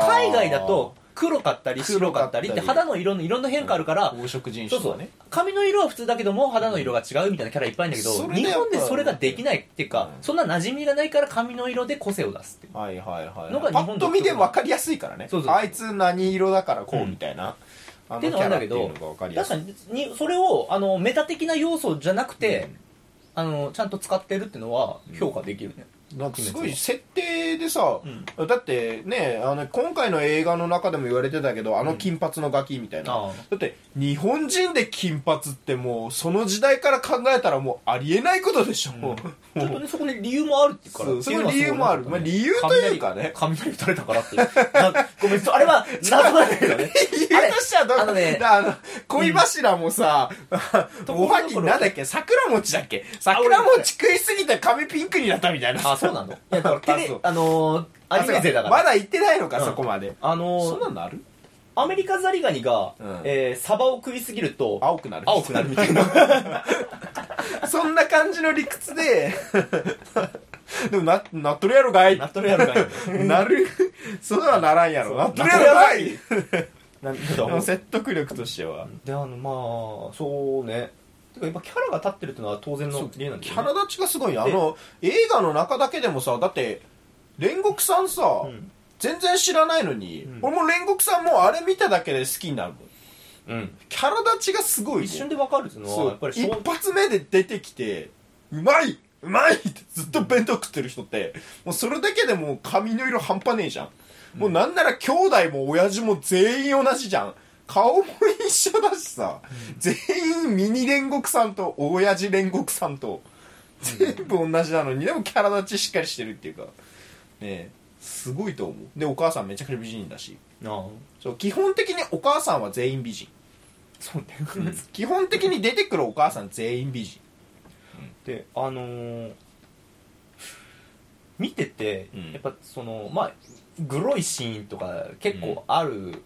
Speaker 1: な海
Speaker 2: 海
Speaker 1: 外だと黒かったり
Speaker 2: 黒
Speaker 1: 白
Speaker 2: か
Speaker 1: か
Speaker 2: っ
Speaker 1: ったた
Speaker 2: り
Speaker 1: りって肌の色のいろんな変化あるから、
Speaker 2: 黄色人
Speaker 1: そ
Speaker 2: 種
Speaker 1: う
Speaker 2: と
Speaker 1: そ
Speaker 2: か
Speaker 1: う
Speaker 2: ね
Speaker 1: 髪の色は普通だけども肌の色が違うみたいなキャラいっぱいいるんだけ
Speaker 2: そ
Speaker 1: ど
Speaker 2: れで
Speaker 1: 日本でそれができないっていうか、
Speaker 2: うん
Speaker 1: そんな馴染みがないから髪の色で個性を出すっていう
Speaker 2: はいはいはい
Speaker 1: のが日
Speaker 2: パ
Speaker 1: 本
Speaker 2: ッと見で分かりやすいからね
Speaker 1: そうそう
Speaker 2: あいつ何色だからこうみたいな、あの
Speaker 1: っていうのはあるんだけど
Speaker 2: キャラっていうのが分かりや
Speaker 1: 確
Speaker 2: す
Speaker 1: か
Speaker 2: い
Speaker 1: ににそれをあのメタ的な要素じゃなくて、あのちゃんと使ってるっていうのは評価できるね、
Speaker 2: なんかすごい設定でさ
Speaker 1: う、ん
Speaker 2: だってねあの今回の映画の中でも言われてたけどあの金髪のガキみたいな、
Speaker 1: ああ
Speaker 2: だって日本人で金髪ってもうその時代から考えたらもうありえないことでしょ、
Speaker 1: ん
Speaker 2: も う
Speaker 1: ちょっとねそこに理由もあるっていうから
Speaker 2: そう
Speaker 1: っていのは
Speaker 2: そこに理由もある
Speaker 1: すごいな
Speaker 2: まあ理由というかね
Speaker 1: 雷雷打たれたからっていうなごめんそうあれは謎なんだけ どね
Speaker 2: 理由としてはどう
Speaker 1: あのね
Speaker 2: だあの恋柱もさ、
Speaker 1: うん
Speaker 2: おはぎなんだっけ桜餅だっけ桜餅食いすぎて髪ピンクになったみたいな
Speaker 1: あそうなのいやだからテ
Speaker 2: あそう
Speaker 1: レあのーアニメ勢だから
Speaker 2: まだ行ってないのか、
Speaker 1: うん
Speaker 2: そこまで
Speaker 1: あのー
Speaker 2: そんなのある
Speaker 1: アメリカザリガニが、
Speaker 2: うん
Speaker 1: えーサバを食いすぎると
Speaker 2: 青くなる
Speaker 1: 青くなるみたいな
Speaker 2: そんな感じの理屈で、 でもな、 なっとるやろがい
Speaker 1: 納豆やるかい
Speaker 2: なる、そうはならんやろ。なっとるやろがい
Speaker 1: なん
Speaker 2: で
Speaker 1: か
Speaker 2: も説得力としては。
Speaker 1: であのまあそうねてかやっぱキャラが立ってるってのは当然の理由なんだ
Speaker 2: キ
Speaker 1: よ
Speaker 2: ャ
Speaker 1: ね
Speaker 2: ラ立ちがすごいよあの、映画の中だけでもさ、だって、煉獄さんさ、
Speaker 1: うん
Speaker 2: 全然知らないのに、
Speaker 1: うん
Speaker 2: 俺も煉獄さんもうあれ見ただけで好きになるもん
Speaker 1: うん
Speaker 2: キャラ立ちがすごいね
Speaker 1: 一瞬で分かるっていうのは
Speaker 2: そ
Speaker 1: やっ
Speaker 2: う
Speaker 1: ぱり
Speaker 2: 一
Speaker 1: そう
Speaker 2: 発目で出てきてうまいうまいってずっと弁当食ってる人ってもうそれだけでもう髪の色半端ねえじゃん、もうなんなら兄弟も親父も全員同じじゃん顔も一緒だしさ、全員ミニ煉獄さんと親父煉獄さんと全部同じなのにでもキャラ立ちしっかりしてるっていうかねえすごいと思うでお母さんめちゃくちゃ美人だし
Speaker 1: ああ
Speaker 2: そう基本的にお母さんは全員美人
Speaker 1: そうね
Speaker 2: 基本的に出てくるお母さん全員美人
Speaker 1: であのー見てて、
Speaker 2: うん
Speaker 1: やっぱそのまあグロいシーンとか結構ある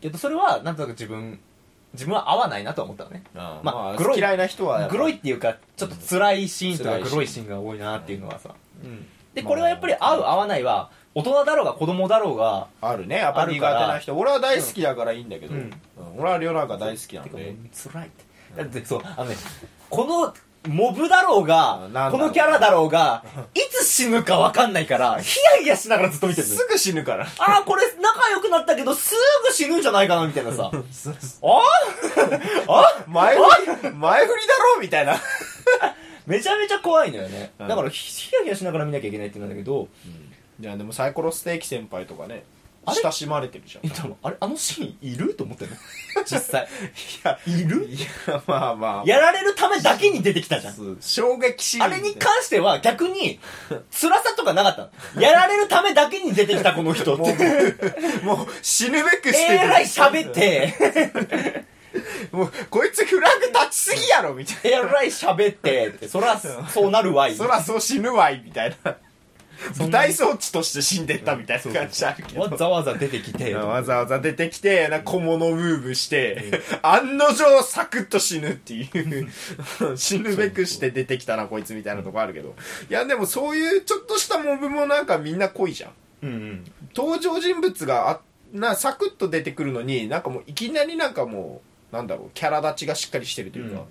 Speaker 1: けど、それはなんとなく自分自分は合わないなとは思ったのね
Speaker 2: あ
Speaker 1: ま
Speaker 2: ま
Speaker 1: あ
Speaker 2: あ、
Speaker 1: 黒い
Speaker 2: 嫌いな人はやっぱ
Speaker 1: グロいっていうかちょっと辛いシーンとか
Speaker 2: うん
Speaker 1: グロいシーンが多いなっていうのはさ、うん、で
Speaker 2: まあ
Speaker 1: これはやっぱり合う合わないは大人だろうが子供だろうが
Speaker 2: あるねやっぱ苦手な人俺は大好きだからいいんだけど、
Speaker 1: う
Speaker 2: うんん俺は亮なんか大好きなん
Speaker 1: てかもう
Speaker 2: で
Speaker 1: 辛いってだってそうあのねこのモブだろうが
Speaker 2: うんなんだろう
Speaker 1: このキャラだろうがいつ死ぬか分かんないからヒヤヒヤしながらずっと見てる
Speaker 2: すぐ死ぬから
Speaker 1: ああこれ仲良くなったけどすぐ死ぬんじゃないかなみたいな さあーあ
Speaker 2: 前振り前振りだろみたいな、
Speaker 1: めちゃめちゃ怖いのよね
Speaker 2: うん
Speaker 1: だからヒヤヒヤしながら見なきゃいけないって言うんだけど
Speaker 2: いやでもサイコロステーキ先輩とかね
Speaker 1: あれ
Speaker 2: 親しまれてるじゃん
Speaker 1: えでもあれあのシーンいると思った よ実際
Speaker 2: や
Speaker 1: いる
Speaker 2: いやまあまあ
Speaker 1: やられるためだけに出てきたじゃん
Speaker 2: そう衝撃シーン
Speaker 1: あれに関しては逆に辛さとかなかったのやられるためだけに出てきたこの人って
Speaker 2: もう死ぬべくして
Speaker 1: えらい喋って
Speaker 2: もうこいつフラグ立ちすぎやろみたい
Speaker 1: えらい喋ってってそらそうなるわい
Speaker 2: なそらそう死ぬわいみたいな
Speaker 1: そん
Speaker 2: 舞
Speaker 1: な
Speaker 2: 台装置として死んでったみたいな感じあるけど
Speaker 1: わざわざ出てきて
Speaker 2: わざわざ出てきて、なんか小物ムーブして、案の定サクッと死ぬっ ていう、死ぬべくして出てきたな、こいつみたいなとこあるけど。いや、でもそういうちょっとしたモブもなんかみんな濃いじゃん。
Speaker 1: うんうん
Speaker 2: 登場人物があ、な、サクッと出てくるのに、なんかもういきなりなんかもう、なんだろう、キャラ立ちがしっかりしてるというか、
Speaker 1: うん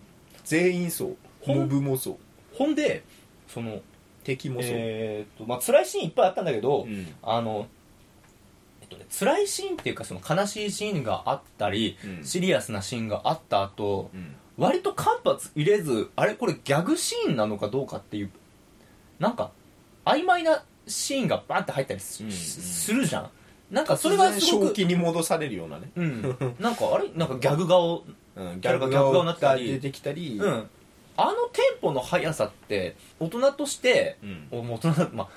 Speaker 2: 全員そう。
Speaker 1: ほん
Speaker 2: モブもそう。
Speaker 1: ほんでその
Speaker 2: 敵もそう。
Speaker 1: えーっとまあ辛いシーンいっぱいあったんだけど、
Speaker 2: うん
Speaker 1: あの、えっとね、辛いシーンっていうかその悲しいシーンがあったり、
Speaker 2: うん
Speaker 1: シリアスなシーンがあった後
Speaker 2: うん
Speaker 1: 割と間髪入れずあれこれギャグシーンなのかどうかっていうなんか曖昧なシーンがバンって入ったりす,、
Speaker 2: うんうん
Speaker 1: するじゃんなんかそれがすご
Speaker 2: 正
Speaker 1: く
Speaker 2: 気に戻されるようなね。
Speaker 1: うん、なんかあれなんかギャグ顔
Speaker 2: うん、
Speaker 1: ギャルが逆顔になったり
Speaker 2: 出てきたり。
Speaker 1: うんあのテンポの速さって大人として
Speaker 2: うん
Speaker 1: おもう大人だまあ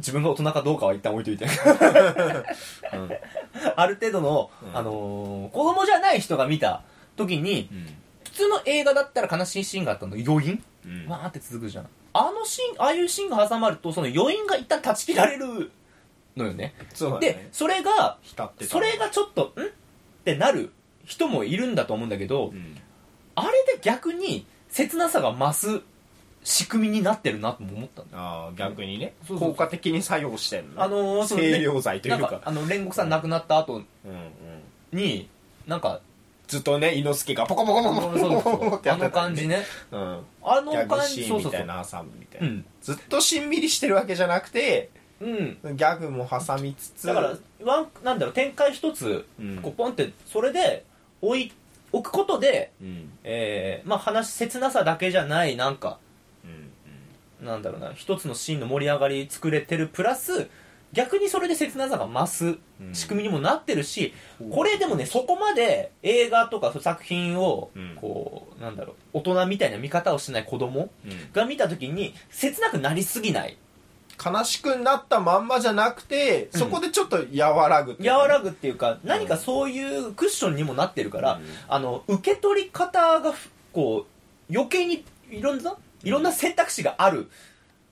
Speaker 1: 自分が大人かどうかは一旦置いといて
Speaker 2: うん
Speaker 1: ある程度の、
Speaker 2: うん
Speaker 1: あのー子供じゃない人が見た時に普通の映画だったら悲しいシーンがあったの余韻
Speaker 2: うん
Speaker 1: わーって続くじゃんあのシーンああいうシーンが挟まるとその余韻が一旦断ち切られるのよね
Speaker 2: そうだね
Speaker 1: でそれが
Speaker 2: 浸ってた
Speaker 1: それがちょっとんってなる人もいるんだと思うんだけど、
Speaker 2: うん
Speaker 1: あれで逆に切なさが増す仕組みになってるなとも思ったんだ
Speaker 2: ああ逆にね
Speaker 1: そうそうそう
Speaker 2: 効果的に作用してんの
Speaker 1: あのーそのね
Speaker 2: 清涼剤とい
Speaker 1: な
Speaker 2: うんか
Speaker 1: かあの煉獄さん亡くなった後
Speaker 2: うんうん、
Speaker 1: になん か
Speaker 2: ずっとね猪之助がポコポコ
Speaker 1: そ
Speaker 2: ポ
Speaker 1: う
Speaker 2: コ
Speaker 1: そう
Speaker 2: ポコポ
Speaker 1: そ
Speaker 2: コ っ
Speaker 1: う
Speaker 2: てや
Speaker 1: あ
Speaker 2: ってた
Speaker 1: の感じね
Speaker 2: うん
Speaker 1: あの
Speaker 2: ギャグ
Speaker 1: 感
Speaker 2: シ
Speaker 1: じ
Speaker 2: ー
Speaker 1: そ
Speaker 2: ン
Speaker 1: うそ
Speaker 2: み
Speaker 1: うそ
Speaker 2: たいうな挟むみたいうな、
Speaker 1: ん
Speaker 2: ずっとしんみりしてるわけじゃなくて
Speaker 1: うん
Speaker 2: ギャグも挟みつつ
Speaker 1: だからワンなんだろう展開一つ
Speaker 2: うん
Speaker 1: こうポンってそれで置い置くことで、
Speaker 2: うんうん
Speaker 1: えーまあ話切なさだけじゃないなんか
Speaker 2: うん
Speaker 1: なんだろうな一つのシーンの盛り上がり作れてるプラス逆にそれで切なさが増
Speaker 2: うん
Speaker 1: す仕組みにもなってるし、
Speaker 2: うん
Speaker 1: これでもねそこまで映画とか作品を
Speaker 2: うん
Speaker 1: こう、なんだろう大人みたいな見方をしない子供
Speaker 2: うん
Speaker 1: が見た時に切なくなりすぎない
Speaker 2: 悲しくなったまんまじゃなくて、
Speaker 1: うん
Speaker 2: そこでちょっと和らぐっていうかね
Speaker 1: 和らぐっていうか何かそういうクッションにもなってるから、
Speaker 2: うん
Speaker 1: あの受け取り方がふこう余計にいろんないろんな選択肢がある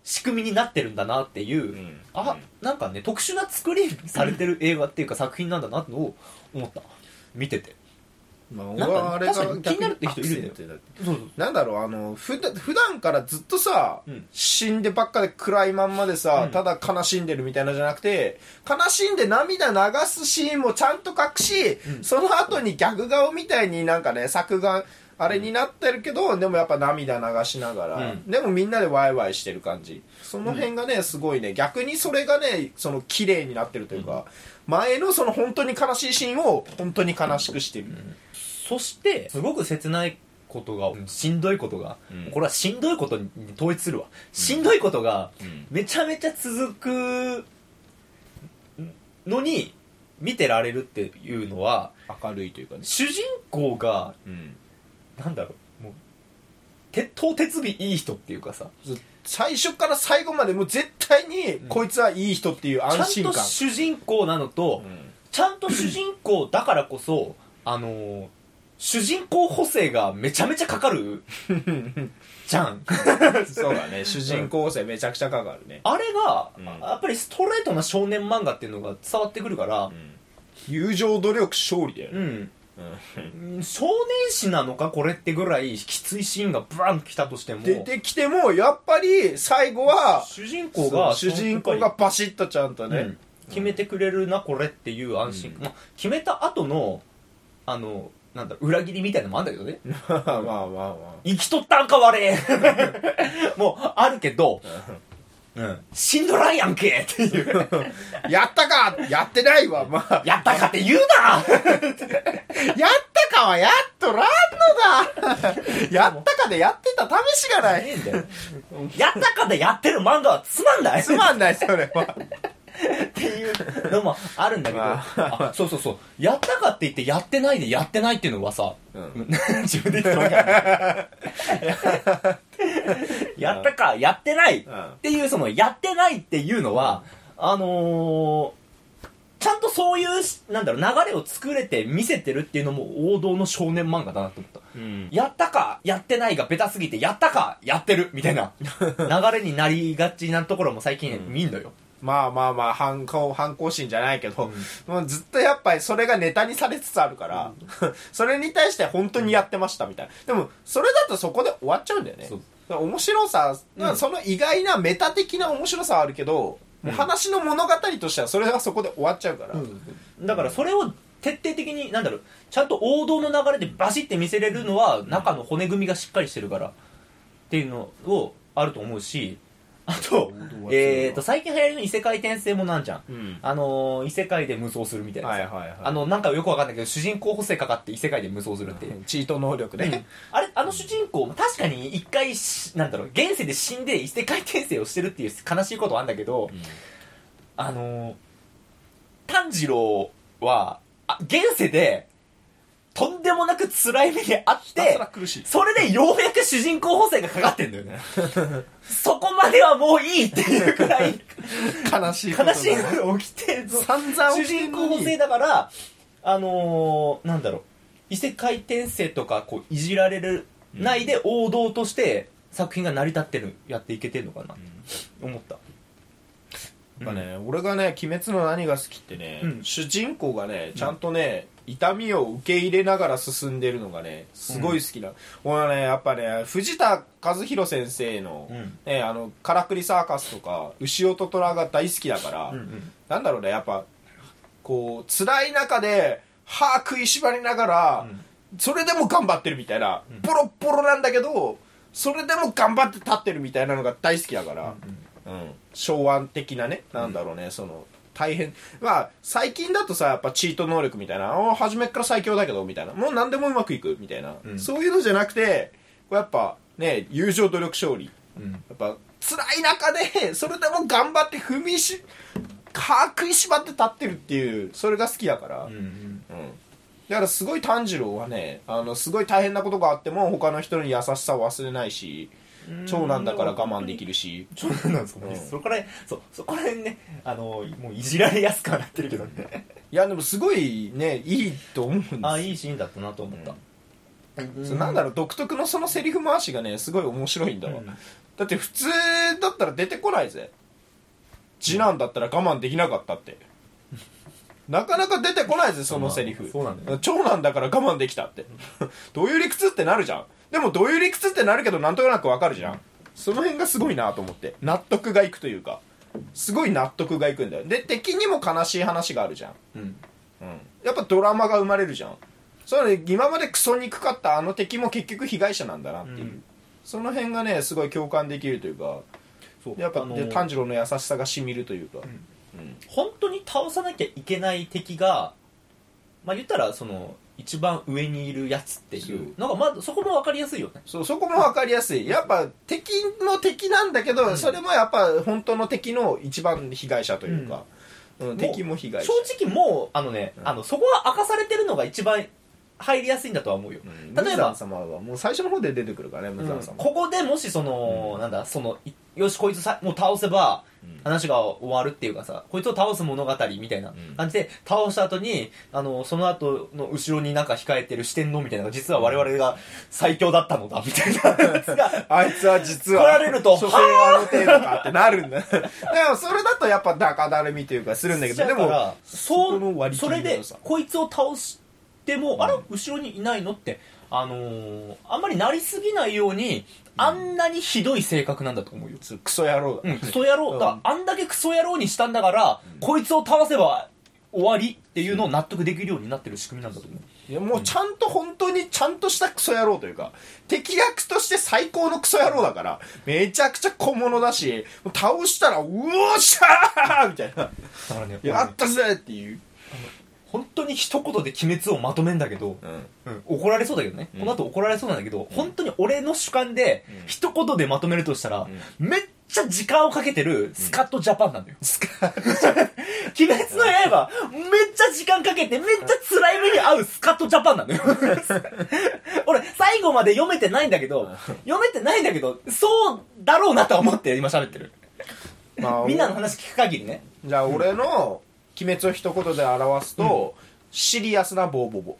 Speaker 1: 仕組みになってるんだなっていう。
Speaker 2: うん
Speaker 1: あなんかね特殊な作りにされてる映画っていうか作品なんだなってのを思った見てて
Speaker 2: まあ、
Speaker 1: んか
Speaker 2: 俺はあれが
Speaker 1: 確かに気になるって人いるよね
Speaker 2: 逆にアクセン
Speaker 1: そ
Speaker 2: トだって
Speaker 1: うそう
Speaker 2: なんだろうあの普段普段からずっとさ、
Speaker 1: うん
Speaker 2: 死んでばっかで暗いまんまでさ、
Speaker 1: うん
Speaker 2: ただ悲しんでるみたいなじゃなくて悲しんで涙流すシーンもちゃんと隠し、
Speaker 1: うん
Speaker 2: その後にギャグ顔みたいになんかね作画あれになってるけど、でもやっぱ涙流しながら、
Speaker 1: うん
Speaker 2: でもみんなでワイワイしてる感じその辺がねすごいね逆にそれがねその綺麗になってるというか、前のその本当に悲しいシーンを本当に悲しくしてる、
Speaker 1: そしてすごく切ないことがしんどいことが、
Speaker 2: うん
Speaker 1: これはしんどいことに統一するわしんどいことがめちゃめちゃ続くのに見てられるっていうのは
Speaker 2: 明るいというかね、
Speaker 1: 主人公がなんだろうもう鉄頭鉄尾いい人っていうかさ
Speaker 2: 最初から最後までもう絶対にこいつはいい人っていう安
Speaker 1: ちゃ
Speaker 2: 心
Speaker 1: んと
Speaker 2: 感、
Speaker 1: 主人公なのと、ちゃんと主人公だからこそ、あのー主人公補正がめちゃめちゃかか るじゃん。
Speaker 2: そうだね主人公性めちゃくちゃかかるね、
Speaker 1: あれが、
Speaker 2: うん
Speaker 1: やっぱりストレートな少年漫画っていうのが伝わってくるから、
Speaker 2: 友情努力勝利だよ
Speaker 1: う
Speaker 2: ね、
Speaker 1: ん。うん少年誌なのかこれってぐらいきついシーンがバンと来たとしても
Speaker 2: 出てきてもやっぱり最後は
Speaker 1: 主人公が
Speaker 2: 主人公がバシッとちゃんとね、
Speaker 1: うん決めてくれるなこれっていう安心、まあ、決めた後のあのなんだろう裏切りみたいなのもあるんだけどね
Speaker 2: まあまあまあま
Speaker 1: 生きとったんかわ れもうあるけど、うん、死んどらんやんけっていう
Speaker 2: あやったかやってないわまあ
Speaker 1: やったかって言うな
Speaker 2: やったかはやっとらんのだやったかでやってた試しがな
Speaker 1: ね
Speaker 2: い
Speaker 1: えんだよやったかでやってる漫画はつまんない
Speaker 2: つまんないそれは
Speaker 1: っていうのもあるんだけど、
Speaker 2: ま
Speaker 1: あ、そうそうそう、やったかって言って、やってないでやってないっていうのはさ、
Speaker 2: うん
Speaker 1: 自分で言ってるわけないやったか、やってないっ
Speaker 2: うん
Speaker 1: ていう、その、やってないっていうのは、あのーちゃんとそういう、なんだろう、流れを作れて見せてるっていうのも王道の少年漫画だなと思った。
Speaker 2: うん
Speaker 1: やったか、やってないがベタすぎて、やったか、やってるみたい な流れになりがちなところも最近見んのよ。
Speaker 2: まあまあまあ反抗反抗心じゃないけど、もうずっとやっぱりそれがネタにされつつあるから、 それに対して本当にやってましたみたいなでもそれだとそこで終わっちゃうんだよね
Speaker 1: そう
Speaker 2: だから面白さ、
Speaker 1: ん
Speaker 2: だからその意外なメタ的な面白さはあるけど、もう話の物語としてはそれがそこで終わっちゃうから、
Speaker 1: だからそれを徹底的になんだろうちゃんと王道の流れでバシって見せれるのは中の骨組みがしっかりしてるからっていうのをあると思うしあと,、えー、と最近流行りの異世界転生もなんじゃん、
Speaker 2: うん
Speaker 1: あのー異世界で無双するみたいな、
Speaker 2: はいはいはい
Speaker 1: あのなんかよくわかんないけど主人公補正かかって異世界で無双するっていう、
Speaker 2: チート能力ね、
Speaker 1: あれあの主人公も確かに一回しなんだろう現世で死んで異世界転生をしてるっていう悲しいことはあるんだけど、あのー、炭治郎は、あ、現世で、とんでもなく辛い目にあっ
Speaker 2: ひたす
Speaker 1: て
Speaker 2: ら、苦しい
Speaker 1: それでようやく主人公補正がかかってんだよ ね。そこまではもういいっていうくらい、
Speaker 2: 悲しいことだ
Speaker 1: 悲しいのが起きて、
Speaker 2: 散々
Speaker 1: 主人公補正だから、あのー、なんだろう、異世界転生とか、こう、いじられる、ないで王道として、作品が成り立ってる、やっていけてるのかな、思った。
Speaker 2: やっぱね、俺がね「鬼滅の何が好き」ってね、
Speaker 1: うん
Speaker 2: 主人公がねちゃんとね、痛みを受け入れながら進んでるのがねすごい好きな、俺はねやっぱね藤田和弘先生の、
Speaker 1: うん
Speaker 2: ね、あのからくりサーカスとか牛尾と虎が大好きだから、
Speaker 1: うんうん
Speaker 2: なんだろうねやっぱこう辛い中で歯食いしばりながら、それでも頑張ってるみたいな、ボロッボロなんだけどそれでも頑張って立ってるみたいなのが大好きだから、うん昭和的なねなんだろうね、その大変まあ最近だとさやっぱチート能力みたいなあー初めっから最強だけどみたいなもう何でもうまくいくみたいな、
Speaker 1: うん
Speaker 2: そういうのじゃなくてこうやっぱね友情努力勝利
Speaker 1: うん
Speaker 2: やっぱ辛い中でそれでも頑張って踏みし歯食いしばって立ってるっていうそれが好きだから、
Speaker 1: うんうん
Speaker 2: うんだからすごい炭治郎はねあのすごい大変なことがあっても他の人に優しさを忘れないし長男だから我慢できるし
Speaker 1: そうなんですもんね、
Speaker 2: うん
Speaker 1: そこら辺そうそこら辺ねあのもういじられやすくはなってるけどね
Speaker 2: いやでもすごいねいいと思うんです
Speaker 1: あいいシーンだったなと思った、
Speaker 2: そうなんだろう独特のそのセリフ回しがねすごい面白いんだわ、
Speaker 1: うん
Speaker 2: だって普通だったら出てこないぜ次男だったら我慢できなかった ってなかなか出てこないぜそのセリフ、
Speaker 1: そうなんだよ
Speaker 2: 長男だから我慢できたってどういう理屈ってなるじゃんでもどういう理屈ってなるけどなんとなくわかるじゃんその辺がすごいなと思って納得がいくというかすごい納得がいくんだよで敵にも悲しい話があるじゃん
Speaker 1: うん
Speaker 2: うんやっぱドラマが生まれるじゃんそれ今までクソ憎かったあの敵も結局被害者なんだなっていう、
Speaker 1: うん
Speaker 2: その辺がねすごい共感できるというか
Speaker 1: そう
Speaker 2: やっぱ、
Speaker 1: あの
Speaker 2: で炭治郎の優しさがしみるというか、うん
Speaker 1: 本当に倒さなきゃいけない敵がまあ言ったらその一番上にいるやつっていうなんかまあそこも分かりやすいよね
Speaker 2: そうそこも分かりやすいやっぱ敵の敵なんだけど、それもやっぱ本当の敵の一番被害者というか、うん敵も被害者
Speaker 1: 正直もうあのね、あのそこは明かされてるのが一番入りやすいんだとは思うよ、
Speaker 2: うん
Speaker 1: 例え
Speaker 2: 無
Speaker 1: ば
Speaker 2: 惨様はもう最初の方で出てくるからね無
Speaker 1: うん
Speaker 2: 惨様、
Speaker 1: ここでもしその、なんだそのいよしこいつさもう倒せば
Speaker 2: うん
Speaker 1: 話が終わるっていうかさこいつを倒す物語みたいな感じで倒した後にあのその後の後ろになんか控えてる四天王みたいなのが実は我々が最強だったのだみたいなやつが
Speaker 2: あいつは実は。
Speaker 1: 来られると
Speaker 2: 所詮あの程度かってなる んだ。でもそれだとやっぱ中だるみというかするんだけど、で
Speaker 1: だか
Speaker 2: も
Speaker 1: ら、そ
Speaker 2: この
Speaker 1: う
Speaker 2: 割り
Speaker 1: そ
Speaker 2: 切り
Speaker 1: れ
Speaker 2: の
Speaker 1: で
Speaker 2: 良さ
Speaker 1: こいつを倒しても、あら後ろにいないのってあのーあんまりなりすぎないようにあんなにひどい性格なんだと思うよ、
Speaker 2: クソ野郎だ、
Speaker 1: うん、クソ野郎、だからあんだけクソ野郎にしたんだから、こいつを倒せば終わりっていうのを納得できるようになってる仕組みなんだと思う
Speaker 2: いやもうちゃんと本当にちゃんとしたクソ野郎というか敵役として最高のクソ野郎だからめちゃくちゃ小物だし倒したら「うおっしゃー!」みたいな
Speaker 1: だからね
Speaker 2: 「やったぜ!」っていう、
Speaker 1: 本当に一言で「鬼滅」をまとめんだけど、うん怒られそうだけどね、この後怒られそうなんだけど、本当に俺の主観で一言でまとめるとしたら、めっちゃ時間をかけてるスカットジャパンなんだよ、スカット鬼滅の刃めっちゃ時間かけてめっちゃ辛い目に遭うスカットジャパンなんだ よ俺最後まで読めてないんだけど読めてないんだけどそうだろうなとは思って今喋ってる
Speaker 2: まあ
Speaker 1: みんなの話聞く限りね
Speaker 2: じゃあ俺の「鬼滅」を一言で表すと、シリアスなボーボボ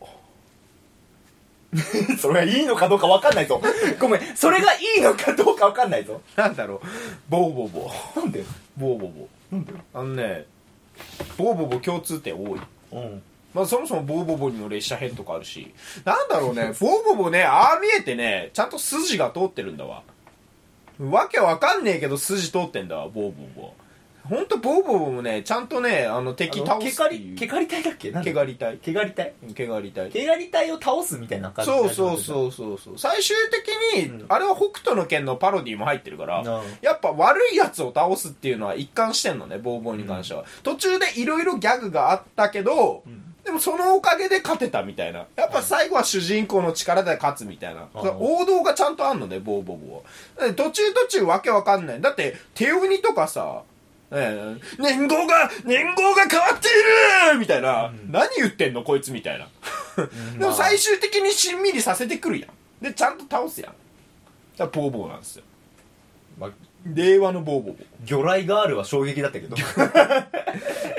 Speaker 1: それがいいのかどうか分かんないぞ。ごめん、それがいいのかどうか分かんないぞ。
Speaker 2: なんだろうボーボボ
Speaker 1: なんで
Speaker 2: ボーボボ
Speaker 1: なんで
Speaker 2: あのねボーボボ共通点多い
Speaker 1: うん。
Speaker 2: まあ、そもそもボーボボにも列車編とかあるしなんだろう ねボーボボねああ見えてねちゃんと筋が通ってるんだわわけわかんねえけど筋通ってんだわボーボボほんとボーボボもねちゃんとねあの敵倒
Speaker 1: け
Speaker 2: す
Speaker 1: か
Speaker 2: ってい
Speaker 1: り、
Speaker 2: う
Speaker 1: けかり隊だっけなんだ
Speaker 2: けがり隊
Speaker 1: けがり隊。
Speaker 2: けがり隊
Speaker 1: けがり隊を倒すみたいな感じ
Speaker 2: そうそう
Speaker 1: う。
Speaker 2: そうそうそう最終的に、
Speaker 1: うん
Speaker 2: あれは北斗の拳のパロディも入ってるから、
Speaker 1: うん
Speaker 2: やっぱ悪いやつを倒すっていうのは一貫してんのねボーボーに関しては、途中でいろいろギャグがあったけど、
Speaker 1: ん
Speaker 2: でもそのおかげで勝てたみたいなやっぱ最後は主人公の力で勝つみたいな、
Speaker 1: うん
Speaker 2: それ王道がちゃんとあんのねボーボーボーはだって途中途中わけわかんないだって手鬼とかさねえ年号が年号が変わっているみたいな、
Speaker 1: うん
Speaker 2: 何言ってんのこいつみたいな
Speaker 1: うん
Speaker 2: でも
Speaker 1: まあ
Speaker 2: 最終的にしんみりさせてくるやんでちゃんと倒すやんだからボーボーなんですよ
Speaker 1: まあ
Speaker 2: 令和のボーボー
Speaker 1: 魚雷ガールは衝撃だったけど。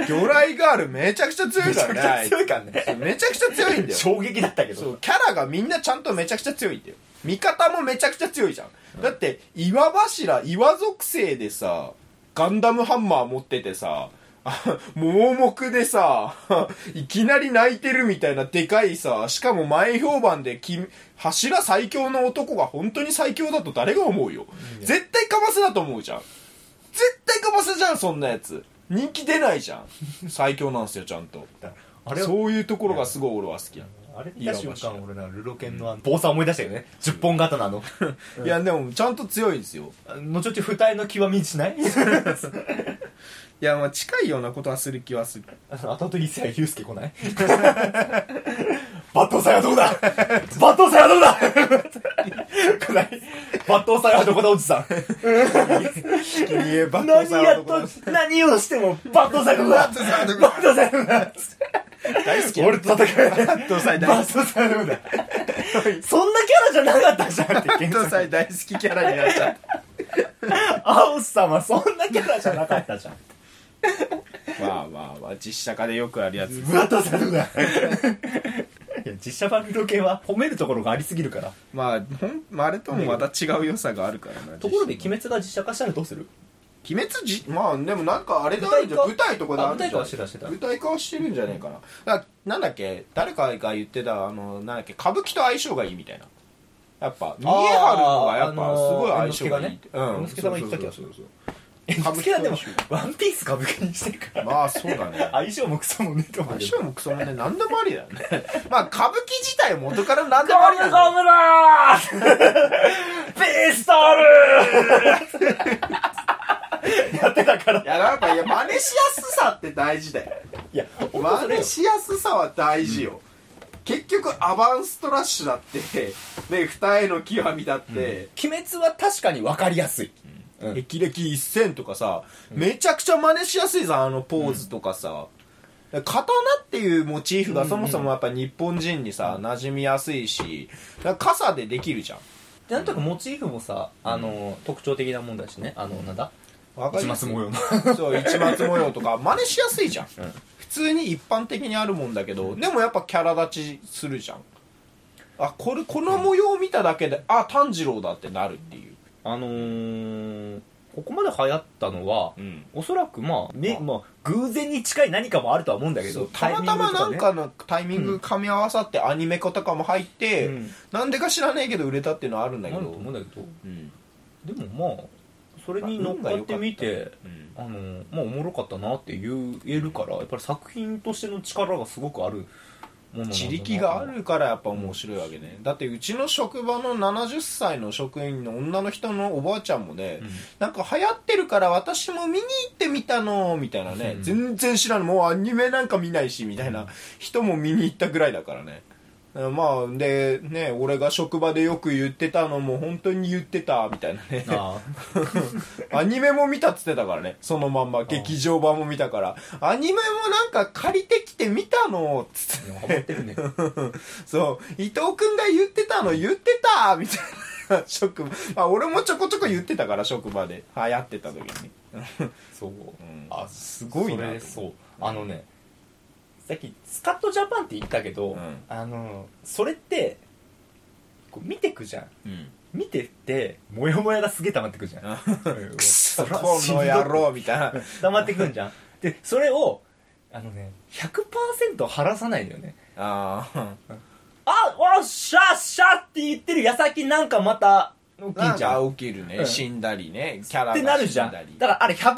Speaker 2: 魚雷ガールめちゃくちゃ強いからね
Speaker 1: 強いからね。
Speaker 2: めちゃくちゃ強いんだよ
Speaker 1: 衝撃だったけ
Speaker 2: そう
Speaker 1: ど。
Speaker 2: キャラがみんなちゃんとめちゃくちゃ強いんだよ味方もめちゃくちゃ強いじゃんだって岩柱岩属性でさガンダムハンマー持っててさ あ盲目でさ いきなり泣いてるみたいなでかいさしかも前評判でき柱最強の男が本当に最強だと誰が思うよ絶対かますだと思うじゃん絶対かますじゃんそんなやつ人気出ないじゃん最強なんすよちゃんと
Speaker 1: あれ
Speaker 2: そういうところがすごい俺は好きなの
Speaker 1: あれ見た瞬間俺な、ルロケンのあの、坊さん思い出したよね。十本刀の。
Speaker 2: いやでもちゃんと強いんですよ
Speaker 1: 後々二重の極みにし ない
Speaker 2: いやまあ近いようなことはする気はする
Speaker 1: あの後々伊勢谷友介来ない 抜刀斎はどこ だ抜刀斎はどこだ来ない抜刀斎はどこだおじさん
Speaker 2: いやバット
Speaker 1: 何
Speaker 2: さん
Speaker 1: や
Speaker 2: は
Speaker 1: っ
Speaker 2: どこだ
Speaker 1: と何をしても抜刀斎はどこだ抜刀斎はどこだ
Speaker 2: 大好き
Speaker 1: 俺と戦え
Speaker 2: バットさん
Speaker 1: 抜
Speaker 2: 大好
Speaker 1: 刀斎はどこだそんなキャラじゃなかったじゃんって
Speaker 2: きバ
Speaker 1: ケン
Speaker 2: ッ
Speaker 1: ちゃん
Speaker 2: トさん大好きキャラになっちゃった
Speaker 1: 青さんはそんなキャラじゃなかったじゃん
Speaker 2: まあまあまあ実写化でよくあるやつ
Speaker 1: 抜刀斎はどこだいや実写版ルロケンは褒めるところがありすぎるから
Speaker 2: まあほん、まあ、あれともまた違う良さがあるからな
Speaker 1: ところで
Speaker 2: 実
Speaker 1: 鬼滅
Speaker 2: 写
Speaker 1: が実写化したらどうする
Speaker 2: 鬼滅じまあでもなんかあれであるじゃん
Speaker 1: 舞
Speaker 2: 舞
Speaker 1: 台
Speaker 2: 台とかであるじゃん
Speaker 1: あ舞台化はしてたしてた
Speaker 2: 舞台化はしてるんじゃねえかなだからなんだっけ誰かが言ってたあのなんだっけ歌舞伎と相性がいいみたいなやっぱ見えはるのがや
Speaker 1: あ
Speaker 2: っぱ
Speaker 1: ー
Speaker 2: すごい相性がいいって、
Speaker 1: あの
Speaker 2: う
Speaker 1: 猿
Speaker 2: ん
Speaker 1: 之助がね猿之助さんが言ってた気がす
Speaker 2: そう
Speaker 1: る
Speaker 2: そうそう
Speaker 1: 歌舞伎はでも
Speaker 2: 歌舞伎
Speaker 1: ワンピース歌舞伎にしてるから、
Speaker 2: まあそうだね
Speaker 1: 相性もクソもねえと思う
Speaker 2: 相
Speaker 1: けど
Speaker 2: 性もクソもね何でもありだよねまあ歌舞伎自体元から何でもありなんだよ
Speaker 1: 村 ピストルやってたから
Speaker 2: いやなんかいや真似しやすさって大事だよ
Speaker 1: いや俺もそ
Speaker 2: 真
Speaker 1: れ
Speaker 2: 似しやすさは大事よ、結局アバンストラッシュだってね二重の極みだって、
Speaker 1: 鬼滅は確かに分かりやすい、うん
Speaker 2: 霹靂一閃とかさ、めちゃくちゃ真似しやすいじゃんあのポーズとかさ、刀っていうモチーフがそもそもやっぱ日本人にさ、馴染みやすいしなんか傘でできるじゃん
Speaker 1: なんとなくモチーフもさあの特徴的なもんだしねあのなんだ
Speaker 2: わかりま す
Speaker 1: 模様の
Speaker 2: そう市松模様とか真似しやすいじゃん、普通に一般的にあるもんだけど、でもやっぱキャラ立ちするじゃんあこれこの模様を見ただけで、あ炭治郎だってなるっていう
Speaker 1: あのー、ここまで流行ったのは
Speaker 3: うん
Speaker 1: おそらくまあ、ね
Speaker 2: あ
Speaker 1: まあ、偶然に近い何かもあるとは思うんだけど
Speaker 2: たまたまなんかのタイミン
Speaker 1: う
Speaker 2: グ噛み合わさってアニメ化とかも入って、
Speaker 1: タイミングとかね
Speaker 2: なんでか知らねえけど売れたっていうのはあるんだ
Speaker 1: うん
Speaker 2: け
Speaker 1: な
Speaker 2: ど
Speaker 1: ると思うんだけど
Speaker 3: うん
Speaker 1: でもまあそれに乗っかってみて、
Speaker 3: うん
Speaker 1: あのまあ、おもろかったなって言えるからやっぱり作品としての力がすごくあるものなんだな
Speaker 2: 自力があるからやっぱ面白いわけね、だってうちの職場の70歳の職員の女の人のおばあちゃんもね、
Speaker 1: うん
Speaker 2: なんか流行ってるから私も見に行ってみたのみたいなね、
Speaker 1: うん
Speaker 2: 全然知らんもうアニメなんか見ないしみたい
Speaker 1: う
Speaker 2: な、
Speaker 1: ん
Speaker 2: 人も見に行ったぐらいだからねだからまあでね俺が職場でよく言ってたのも本当に言ってたみたいなね
Speaker 1: あ
Speaker 2: アニメも見たっつってたからね。そのまんま。劇場版も見たから。アニメもなんか借りてきて見たのっつっ
Speaker 1: あでもハ
Speaker 2: て。
Speaker 1: マってるね
Speaker 2: そう。伊藤くんが言ってたの言ってたみたいな。職場。まあ俺もちょこちょこ言ってたから、職場で。流行ってた時に。
Speaker 1: そう
Speaker 2: うん
Speaker 1: あす
Speaker 2: ごいな
Speaker 1: それそうあのねさっきスカッとジャパンって言ったけど、
Speaker 2: うん
Speaker 1: あのそれってこう見てくじゃん
Speaker 3: うん
Speaker 1: 見てってモヤモヤがすげえ溜まってくじゃん
Speaker 2: あ
Speaker 1: うん
Speaker 2: くそ、
Speaker 1: そら
Speaker 2: この野郎みたいな。
Speaker 1: 溜まってくんじゃんでそれをあのね100%晴らさないんだよね
Speaker 2: ああ。
Speaker 1: あおっしゃっしゃって言ってる矢先なんかまた起き
Speaker 2: なんん
Speaker 1: じゃん
Speaker 2: か
Speaker 1: っ
Speaker 2: 起きる
Speaker 1: う
Speaker 2: ね。
Speaker 1: ん
Speaker 2: 死んだりね。キャラ
Speaker 1: てなるじゃん
Speaker 2: が
Speaker 1: だ
Speaker 2: 死んだり
Speaker 1: からあれ100%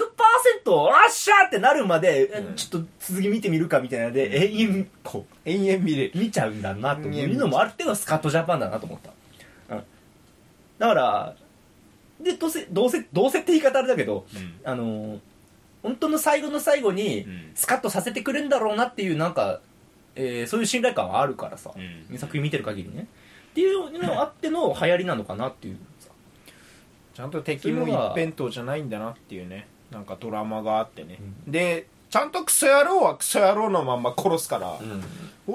Speaker 1: おっしゃってなるまで、え
Speaker 2: うん
Speaker 1: ちょっと続き見てみるかみたいなので、永遠こう
Speaker 2: 延々見れる。
Speaker 1: 見ちゃうんだなと
Speaker 2: うん
Speaker 1: いうのもあるっていうのはスカットジャパンだなと思った、うん、だからでどうせどうせどうせって言い方あれだけど
Speaker 3: うん
Speaker 1: あのー本当の最後の最後に
Speaker 3: うん
Speaker 1: スカッとさせてくれるんだろうなっていうなんか、えーそういう信頼感はあるからさ、
Speaker 3: うん
Speaker 1: 作品見てる限りねっていうのがあっての流行りなのかなっていうさ
Speaker 2: ちゃんと敵も一辺倒じゃないんだなっていうねなんかドラマがあってね、でちゃんとクソ野郎はクソ野郎のまんま殺すから、うお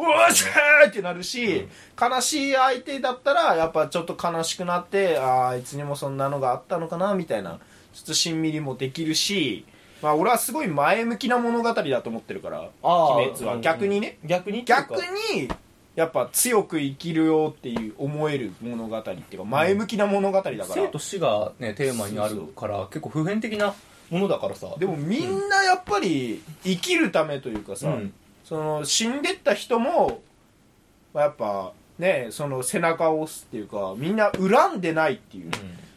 Speaker 2: っしゃーってなるし、悲しい相手だったらやっぱちょっと悲しくなってあーあいつにもそんなのがあったのかなみたいなちょっとしんみりもできるしまあ俺はすごい前向きな物語だと思ってるから
Speaker 1: あー
Speaker 2: 鬼滅は逆にね、
Speaker 1: 逆にっていうか
Speaker 2: 逆にやっぱ強く生きるよっていう思える物語っていうか前向きな物語だから、
Speaker 1: 生と死が、ね、テーマにあるから結構普遍的なものだからさ
Speaker 2: でもみんなやっぱり生きるためというかさ、
Speaker 1: うん
Speaker 2: その死んでった人もまあやっぱねその背中を押すっていうかみんな恨んでないっていう、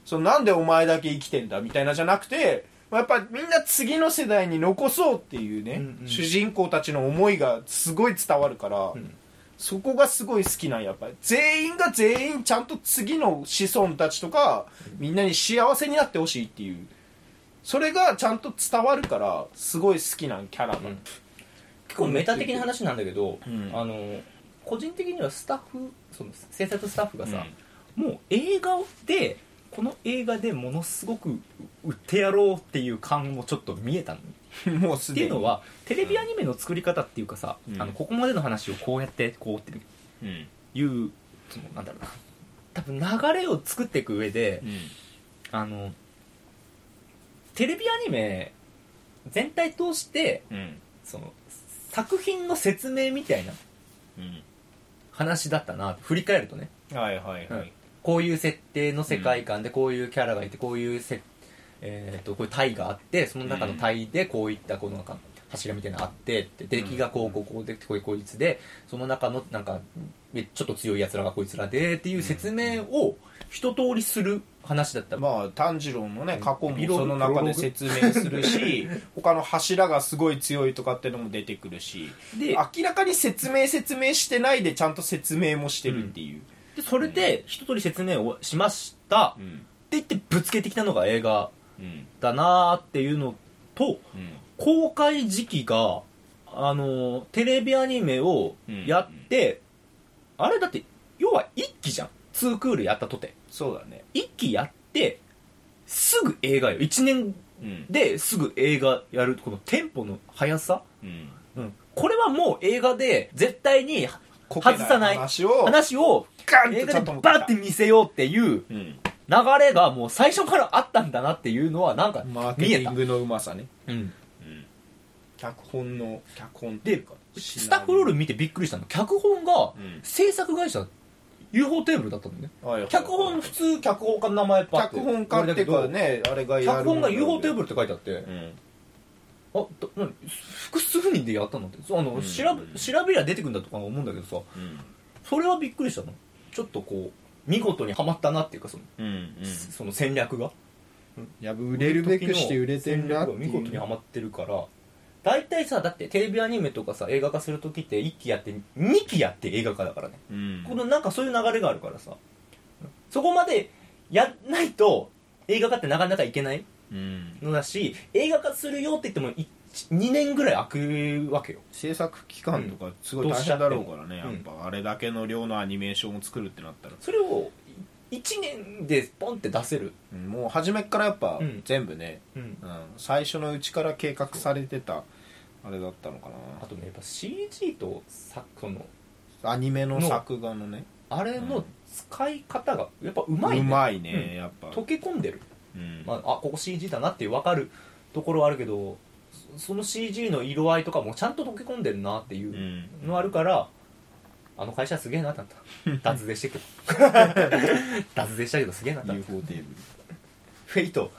Speaker 2: そのなんでお前だけ生きてんだみたいなじゃなくてまあやっぱみんな次の世代に残そうっていうね、
Speaker 1: うんうん
Speaker 2: 主人公たちの思いがすごい伝わるから、
Speaker 1: ん
Speaker 2: そこがすごい好きなんやっぱり全員が全員ちゃんと次の子孫たちとかみんなに幸せになってほしいっていうそれがちゃんと伝わるからすごい好きなんキャラが、
Speaker 1: うん結構メタ的な話なんだけど、
Speaker 2: うん
Speaker 1: あの個人的にはスタッフその制作スタッフがさ、もう映画でこの映画でものすごく売ってやろうっていう感もちょっと見えたの
Speaker 2: もうす
Speaker 1: って
Speaker 2: で
Speaker 1: い
Speaker 2: に
Speaker 1: うのはテレビアニメの作り方っていうかさ、
Speaker 3: うん
Speaker 1: あのここまでの話をこうやってこうって
Speaker 3: うん
Speaker 1: いうそのなんだろうな多分流れを作っていく上で
Speaker 3: うん
Speaker 1: あのテレビアニメ全体通して
Speaker 3: うん
Speaker 1: その作品の説明みたいな
Speaker 3: うん
Speaker 1: 話だったな振り返るとね
Speaker 2: はいはいはい、
Speaker 1: うんこういう設定の世界観でこういうキャラがいてこういうせ、えー、とこういう隊があってその中の隊でこういったこうなんか柱みたいなのあってって敵がこうこうこうでこうこいつでその中のなんかめちょっと強いやつらがこいつらでっていう説明を一通りする話だった、
Speaker 2: まあ炭治郎のね過去も
Speaker 1: ビロー
Speaker 2: その中で説明す るし他の柱がすごい強いとかってのも出てくるし
Speaker 1: で
Speaker 2: 明らかに説明説明してないでちゃんと説明もしてるっていう、
Speaker 1: でそれで一通り説明をしましたって
Speaker 3: うん
Speaker 1: 言ってぶつけてきたのが映画
Speaker 3: うん
Speaker 1: だなーっていうのと
Speaker 3: うん
Speaker 1: 公開時期があのテレビアニメをやって、あれだって要は1期じゃん2クールやったとて
Speaker 2: そうだね
Speaker 1: 1期やってすぐ映画よ1年
Speaker 3: うん
Speaker 1: ですぐ映画やるこのテンポの速さ、
Speaker 3: うん
Speaker 1: うん、これはもう映画で絶対に外さない
Speaker 2: 話を
Speaker 1: 話を
Speaker 2: ガン
Speaker 1: 映
Speaker 2: とち
Speaker 1: 画
Speaker 2: ゃんと
Speaker 1: で
Speaker 2: 持
Speaker 1: バッて見せようっていう
Speaker 3: うん
Speaker 1: 流れがもう最初からあったんだなっていうのはなんか
Speaker 2: マーケ
Speaker 1: 見え
Speaker 2: ティ
Speaker 1: た
Speaker 2: ン、グのうまさね
Speaker 1: うん、
Speaker 3: うん
Speaker 2: 脚本の脚本ってい
Speaker 1: で
Speaker 2: うか
Speaker 1: スタッフロール見てびっくりしたの脚本が
Speaker 3: うん
Speaker 1: 制作会社 UFO テーブルだったのね
Speaker 2: はいはい
Speaker 1: 脚本普通脚本家の名前パッて
Speaker 2: 脚本家っていうかねあれが
Speaker 1: 俺だけど
Speaker 2: や
Speaker 1: 脚
Speaker 2: る
Speaker 1: 本が UFO テー
Speaker 2: ブ
Speaker 1: ブルって書いてあって、
Speaker 2: ルうん
Speaker 1: あど何複数人でやったのってそうあの、
Speaker 2: うん
Speaker 1: 調べ調べりゃ出てくるんだとか思うんだけどさそれはびっくりしたのちょっとこう見事にはまったなっていうかその,、
Speaker 2: うんうん
Speaker 1: その戦略が
Speaker 2: やぶ売れるべくして売れてるなって
Speaker 1: 見事
Speaker 2: い
Speaker 1: に
Speaker 2: う
Speaker 1: ハマってるから大体さだってテレビアニメとかさ映画化する時って1期やって2期やって映画化だからね、
Speaker 2: うん
Speaker 1: このなんかそういう流れがあるからさそこまでやんないと映画化ってなかなかいけない
Speaker 2: うん
Speaker 1: のだし映画化するよって言っても2年ぐらい空くわけよ
Speaker 2: 制作期間とかすごい大変だろうからねや
Speaker 1: う
Speaker 2: っ
Speaker 1: ん
Speaker 2: ぱあれだけの量のアニメーションを作るってなったら
Speaker 1: それを1年でポンって出せる、
Speaker 2: うんもう初めっからやっぱ
Speaker 1: うん
Speaker 2: 全部ねうん最初のうちから計画されてたあれだったのか
Speaker 1: あとねやっぱ CG とさその
Speaker 2: なアニメの
Speaker 1: の
Speaker 2: 作画のね
Speaker 1: あれの使い方がやっぱうまい、
Speaker 2: う
Speaker 1: ね、
Speaker 2: まいねやっぱ
Speaker 1: 溶け込んでる、
Speaker 2: うん
Speaker 1: まあ、あここ CG だなって分かるところはあるけどそその CG の色合いとかもちゃんと溶け込んでるなっていううんのあるから、あの会社すげえなってな った脱税してくる脱税したけどすげえなってなった
Speaker 2: UFO テーブル
Speaker 1: フェイト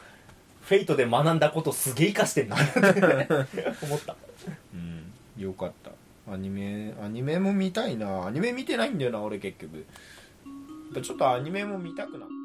Speaker 1: フェイトで学んだことすげえ生かしてんなって 思った
Speaker 2: うんよかったアニメアニメも見たいなアニメ見てないんだよな俺結局やっぱちょっとアニメも見たくなった